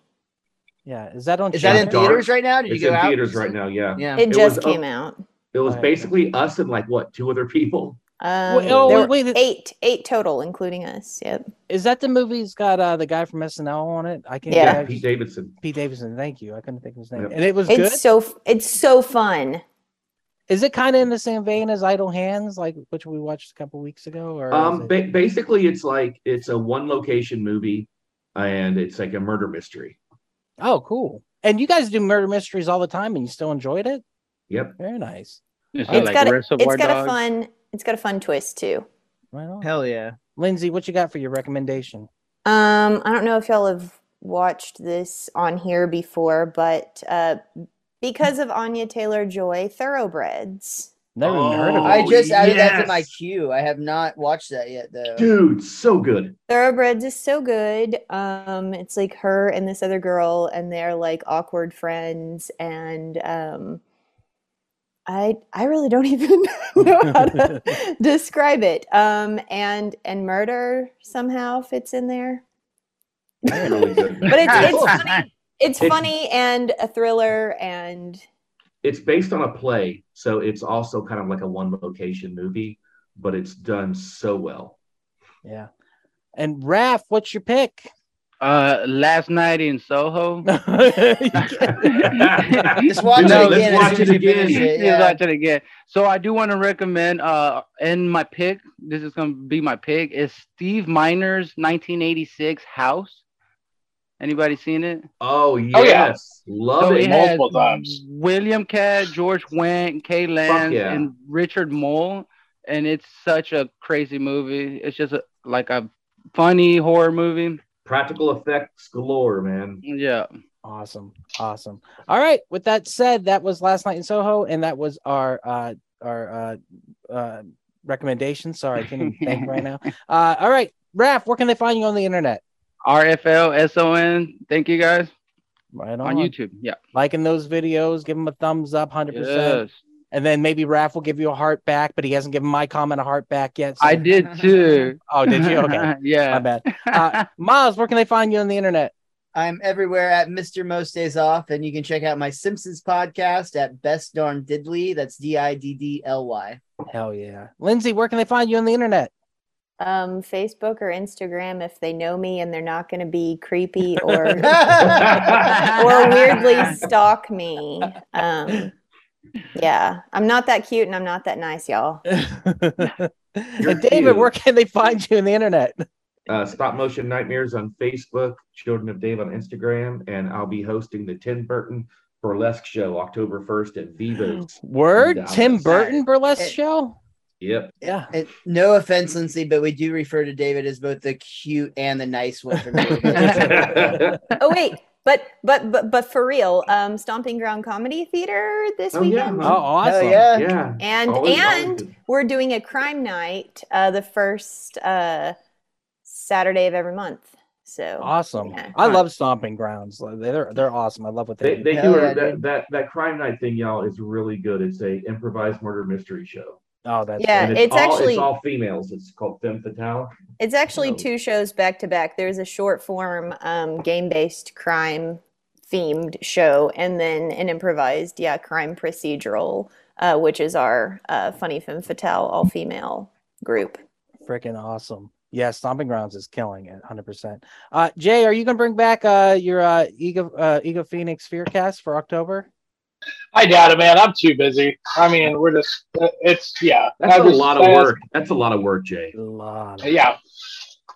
S2: Yeah, is that on?
S6: Is that in
S7: Dark.
S6: theaters right now? Did
S7: it's
S6: you go
S7: in
S6: out?
S7: theaters right now? Yeah.
S6: Yeah.
S5: It just
S7: was,
S5: came
S7: uh,
S5: out.
S7: It was
S2: Oh, yeah.
S7: basically us and like what two other people.
S5: Um,
S2: Wait, oh,
S5: there
S2: wait,
S5: were eight, eight total, including us. Yep.
S2: Is that the movie's got uh the guy from SNL on it? I can't.
S5: Yeah.
S2: I
S7: Pete
S2: just-
S7: Davidson.
S2: Pete Davidson. Thank you. I couldn't think of his name.
S7: Yep.
S2: And it was
S5: it's
S2: good.
S5: so f- it's so fun.
S2: is it kind of in the same vein as Idle Hands, like which we watched a couple weeks ago? Or is
S7: Um,
S2: it-
S7: ba- basically, it's like it's a one location movie, and it's like a murder mystery.
S2: oh, cool. And you guys do murder mysteries all the time, and you still enjoyed it.
S7: Yep.
S2: Very nice.
S3: It's
S5: It's
S3: like
S5: got a, it's
S3: Reservoir
S5: got a
S3: Dogs.
S5: fun it's got a fun twist too.
S2: Right on.
S6: Hell yeah.
S2: Lindsay, what you got for your recommendation?
S5: Um, I don't know if y'all have watched this on here before, but uh, because of Anya Taylor Joy, Thoroughbreds.
S2: Never even heard of it.
S7: Oh.
S6: I just added that to
S7: yes.
S6: my queue. I have not watched that yet, though.
S7: Dude, so good.
S5: Thoroughbreds is so good. Um, it's like her and this other girl, and they're like awkward friends. And um, I I really don't even know how to describe it. Um, and and murder somehow fits in there,
S7: Really good.
S5: but it's it's
S7: It's-
S5: funny. It's
S7: It's-
S5: funny and a thriller, and
S7: it's based on a play, so it's also kind of like a one location movie, but it's done so well.
S2: Yeah. And Raph, what's your pick?
S3: Uh, last night in Soho.
S6: Just watch
S3: No,
S6: it again. as soon as you finish it,
S3: Just
S6: yeah.
S3: watch it again. So I do want to recommend uh and my pick, this is gonna be my pick, is Steve Miner's 1986 House. Anybody seen it?
S7: Oh yes, love
S3: So
S7: it
S3: has
S7: multiple times.
S3: William Cat, George Wendt, Kay Lance,
S7: yeah.
S3: and Richard Mole. And it's such a crazy movie. It's just a, like a funny horror movie.
S7: Practical effects galore, man.
S3: Yeah.
S2: Awesome. Awesome. All right. With that said, that was last night in Soho, and that was our uh our uh uh recommendation. Sorry, I can't even think right now. Uh all right, Raph, where can they find you on the internet?
S3: RFLSON. Thank you guys.
S2: Right
S3: on YouTube. Yeah.
S2: Liking those videos, give them a thumbs up, hundred percent.
S3: Yes.
S2: And then maybe Raph will give you a heart back, but he hasn't given my comment a heart back yet. so-
S3: I did too.
S2: Oh, did you? Okay.
S3: yeah.
S2: My bad. Uh, Miles, where can they find you on the internet?
S6: I'm everywhere at Mr. Most Days Off, and you can check out my Simpsons podcast at Best Darn Diddly. That's D I D D L Y.
S2: Hell yeah. Lindsay, where can they find you on the internet?
S5: Um, Facebook or Instagram if they know me and they're not going to be creepy or or weirdly stalk me. Um, yeah, I'm not that cute and I'm not that nice, y'all.
S2: And David, where can they find you on the internet?
S7: uh, Stop Motion Nightmares on Facebook, Children of Dave on Instagram, and I'll be hosting the Tim Burton Burlesque Show October 1st at Vivo's.
S2: Word,
S7: Dallas.
S2: Tim Burton burlesque show.
S7: Yep.
S2: Yeah.
S6: no offense, Lindsay, but we do refer to David as both the cute and the nice one from
S5: oh wait, but but but but for real, um, Stomping Ground Comedy Theater this
S6: Oh, yeah,
S5: weekend.
S6: man. Oh, awesome. Hell yeah.
S5: yeah.
S6: Yeah.
S5: And
S6: Always, always
S5: and
S6: good.
S5: we're doing a crime night uh, the first uh, Saturday of every month. So
S2: Awesome.
S5: yeah.
S2: I love Stomping Grounds. They're they're awesome. I love what they,
S7: They, they do a- that, that that crime night thing, y'all, is really good. It's a improvised murder mystery show.
S2: Oh, that's
S5: Yeah,
S7: And
S5: it's
S7: all,
S5: actually-
S7: it's all females. It's called Femme Fatale.
S5: It's actually two shows back to back. There's a short form um, game based crime themed show, and then an improvised, yeah, crime procedural, uh, which is our uh, Funny Femme Fatale all female group.
S2: freaking awesome. Yeah, Stomping Grounds is killing it 100%. Uh, Jay, are you going to bring back uh, your uh, Ego, uh, Ego Phoenix Fearcast for October?
S4: I doubt it, man. I'm too busy. I mean, we're just it's yeah.
S7: That's
S4: I
S7: a
S4: was-
S7: lot of
S4: I-
S7: work. That's a lot of work, Jay.
S2: A lot.
S4: Yeah,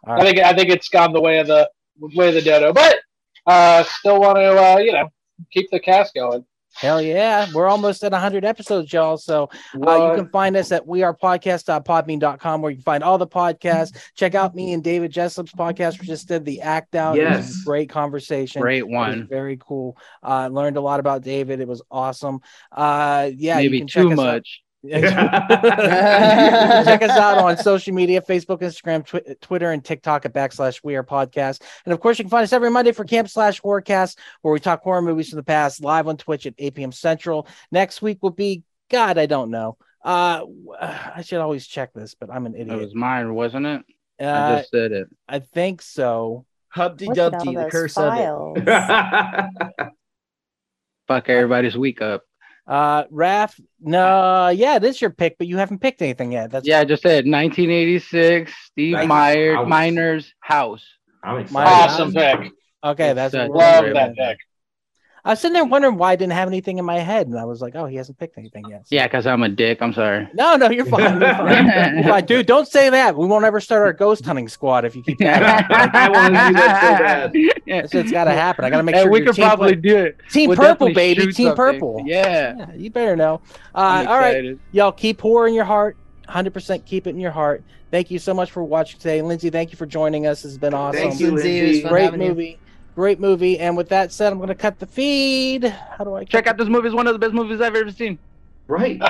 S2: All
S4: I think I think it's gone the way of the way of the dodo, but uh, still want to uh, you know keep the cast going.
S2: Hell yeah. We're almost at 100 episodes, y'all. So uh, you
S4: What?
S2: can find us at wearepodcast.podbean.com where you can find all the podcasts. Check out me and David Jessup's podcast. We just did the Act Out. It was a
S3: Yes.
S2: Great conversation.
S3: Great
S2: It was
S3: one.
S2: Very cool. Uh, learned a lot about David. It was awesome. Uh, yeah. you
S3: Maybe
S2: can
S3: too
S2: check us out-
S3: much.
S2: check us out on social media facebook instagram tw- twitter and tiktok at backslash we are podcast and of course you can find us every monday for camp slash horrorcast where we talk horror movies from the past live on twitch at 8 p.m central next week will be god i don't know uh w- i should always check this but i'm an
S3: It
S2: idiot
S3: was mine, wasn't it? I
S2: Uh,
S3: just said it.
S2: i think so
S6: hubdy
S5: Look at all Dubdy, the those curse of it. files.
S3: Fuck everybody's week up.
S2: uh raf no yeah this is your pick but you haven't picked anything yet that's
S3: Yeah, I just said 1986, Steve
S2: Nice.
S3: Meyer,
S2: House.
S3: Miner's house.
S7: I'm
S4: Awesome pick.
S2: okay that's
S3: such
S2: what
S3: a
S2: we're
S3: Love
S2: doing.
S3: that
S4: pick.
S2: i was sitting there wondering why i didn't have anything in my head and i was like oh he hasn't picked anything yet
S3: Yeah, because I'm a dick. I'm sorry.
S2: No, no, you're fine. You're fine. You're fine. Dude, don't say that. We won't ever start our ghost hunting squad if you keep that. up.
S3: I want to do that so bad.
S2: That shit's gotta happen. I gotta make
S3: Hey,
S2: sure
S3: we
S2: your
S3: could
S2: team
S3: probably
S2: pla-
S3: do it.
S2: Team
S3: We'll
S2: Purple,
S3: definitely
S2: baby.
S3: shoot
S2: Team
S3: something.
S2: Purple.
S3: Yeah.
S2: Yeah, you better know. Uh,
S3: I'm
S2: all right.
S3: excited.
S2: Y'all keep horror in your heart. 100% keep it in your heart. Thank you so much for watching today. Lindsay, thank you for joining us. It's been awesome.
S6: you, Lindsay. It was fun
S2: Great
S6: having you.
S2: movie. Great movie. And with that said, I'm going to cut the feed. How do I
S3: Check out this movie. It's one of the best movies I've ever seen.
S7: Right.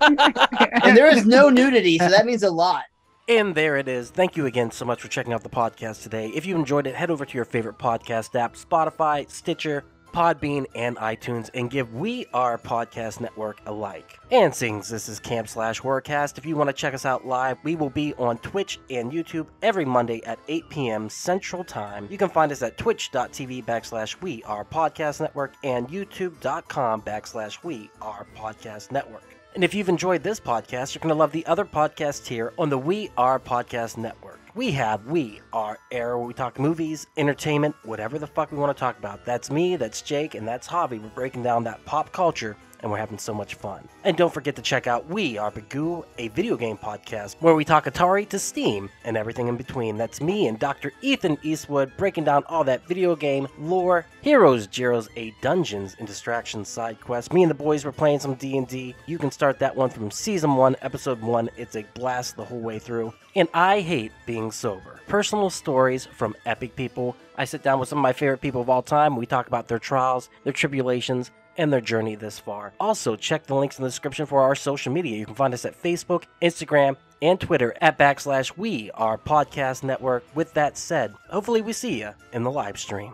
S6: and there is no nudity, so that means a lot.
S1: And there it is. Thank you again so much for checking out the podcast today. If you enjoyed it, head over to your favorite podcast app Spotify, Stitcher, Podbean, and iTunes, and give We Are Podcast Network a like. And since this is Camp Slash Horrorcast, if you want to check us out live, we will be on Twitch and YouTube every Monday at 8 p.m. Central Time. You can find us at twitch.tv backslash We Are Podcast Network and youtube.com backslash We Are Podcast Network. And if you've enjoyed this podcast, you're going to love the other podcasts here on the We Are Podcast Network. We have We Are Air, where we talk movies, entertainment, whatever the fuck we want to talk about. That's me, that's Jake, and that's Javi. We're breaking down that pop culture, and we're having so much fun. And don't forget to check out We Are Bagoo, a video game podcast where we talk Atari to Steam and everything in between. That's me and Dr. Ethan Eastwood breaking down all that video game lore, heroes, Jiro's a dungeons and distractions side quests. Me and the boys were playing some D&D. You can start that one from season 1, episode 1. It's a blast the whole way through. And I hate being sober. Personal stories from epic people I sit down with some of my favorite people of all time. We talk about their trials, their tribulations, and their journey this far. Also, check the links in the description for our social media. You can find us at Facebook, Instagram, and Twitter at backslash we are podcast network. With that said, hopefully we see you in the live stream.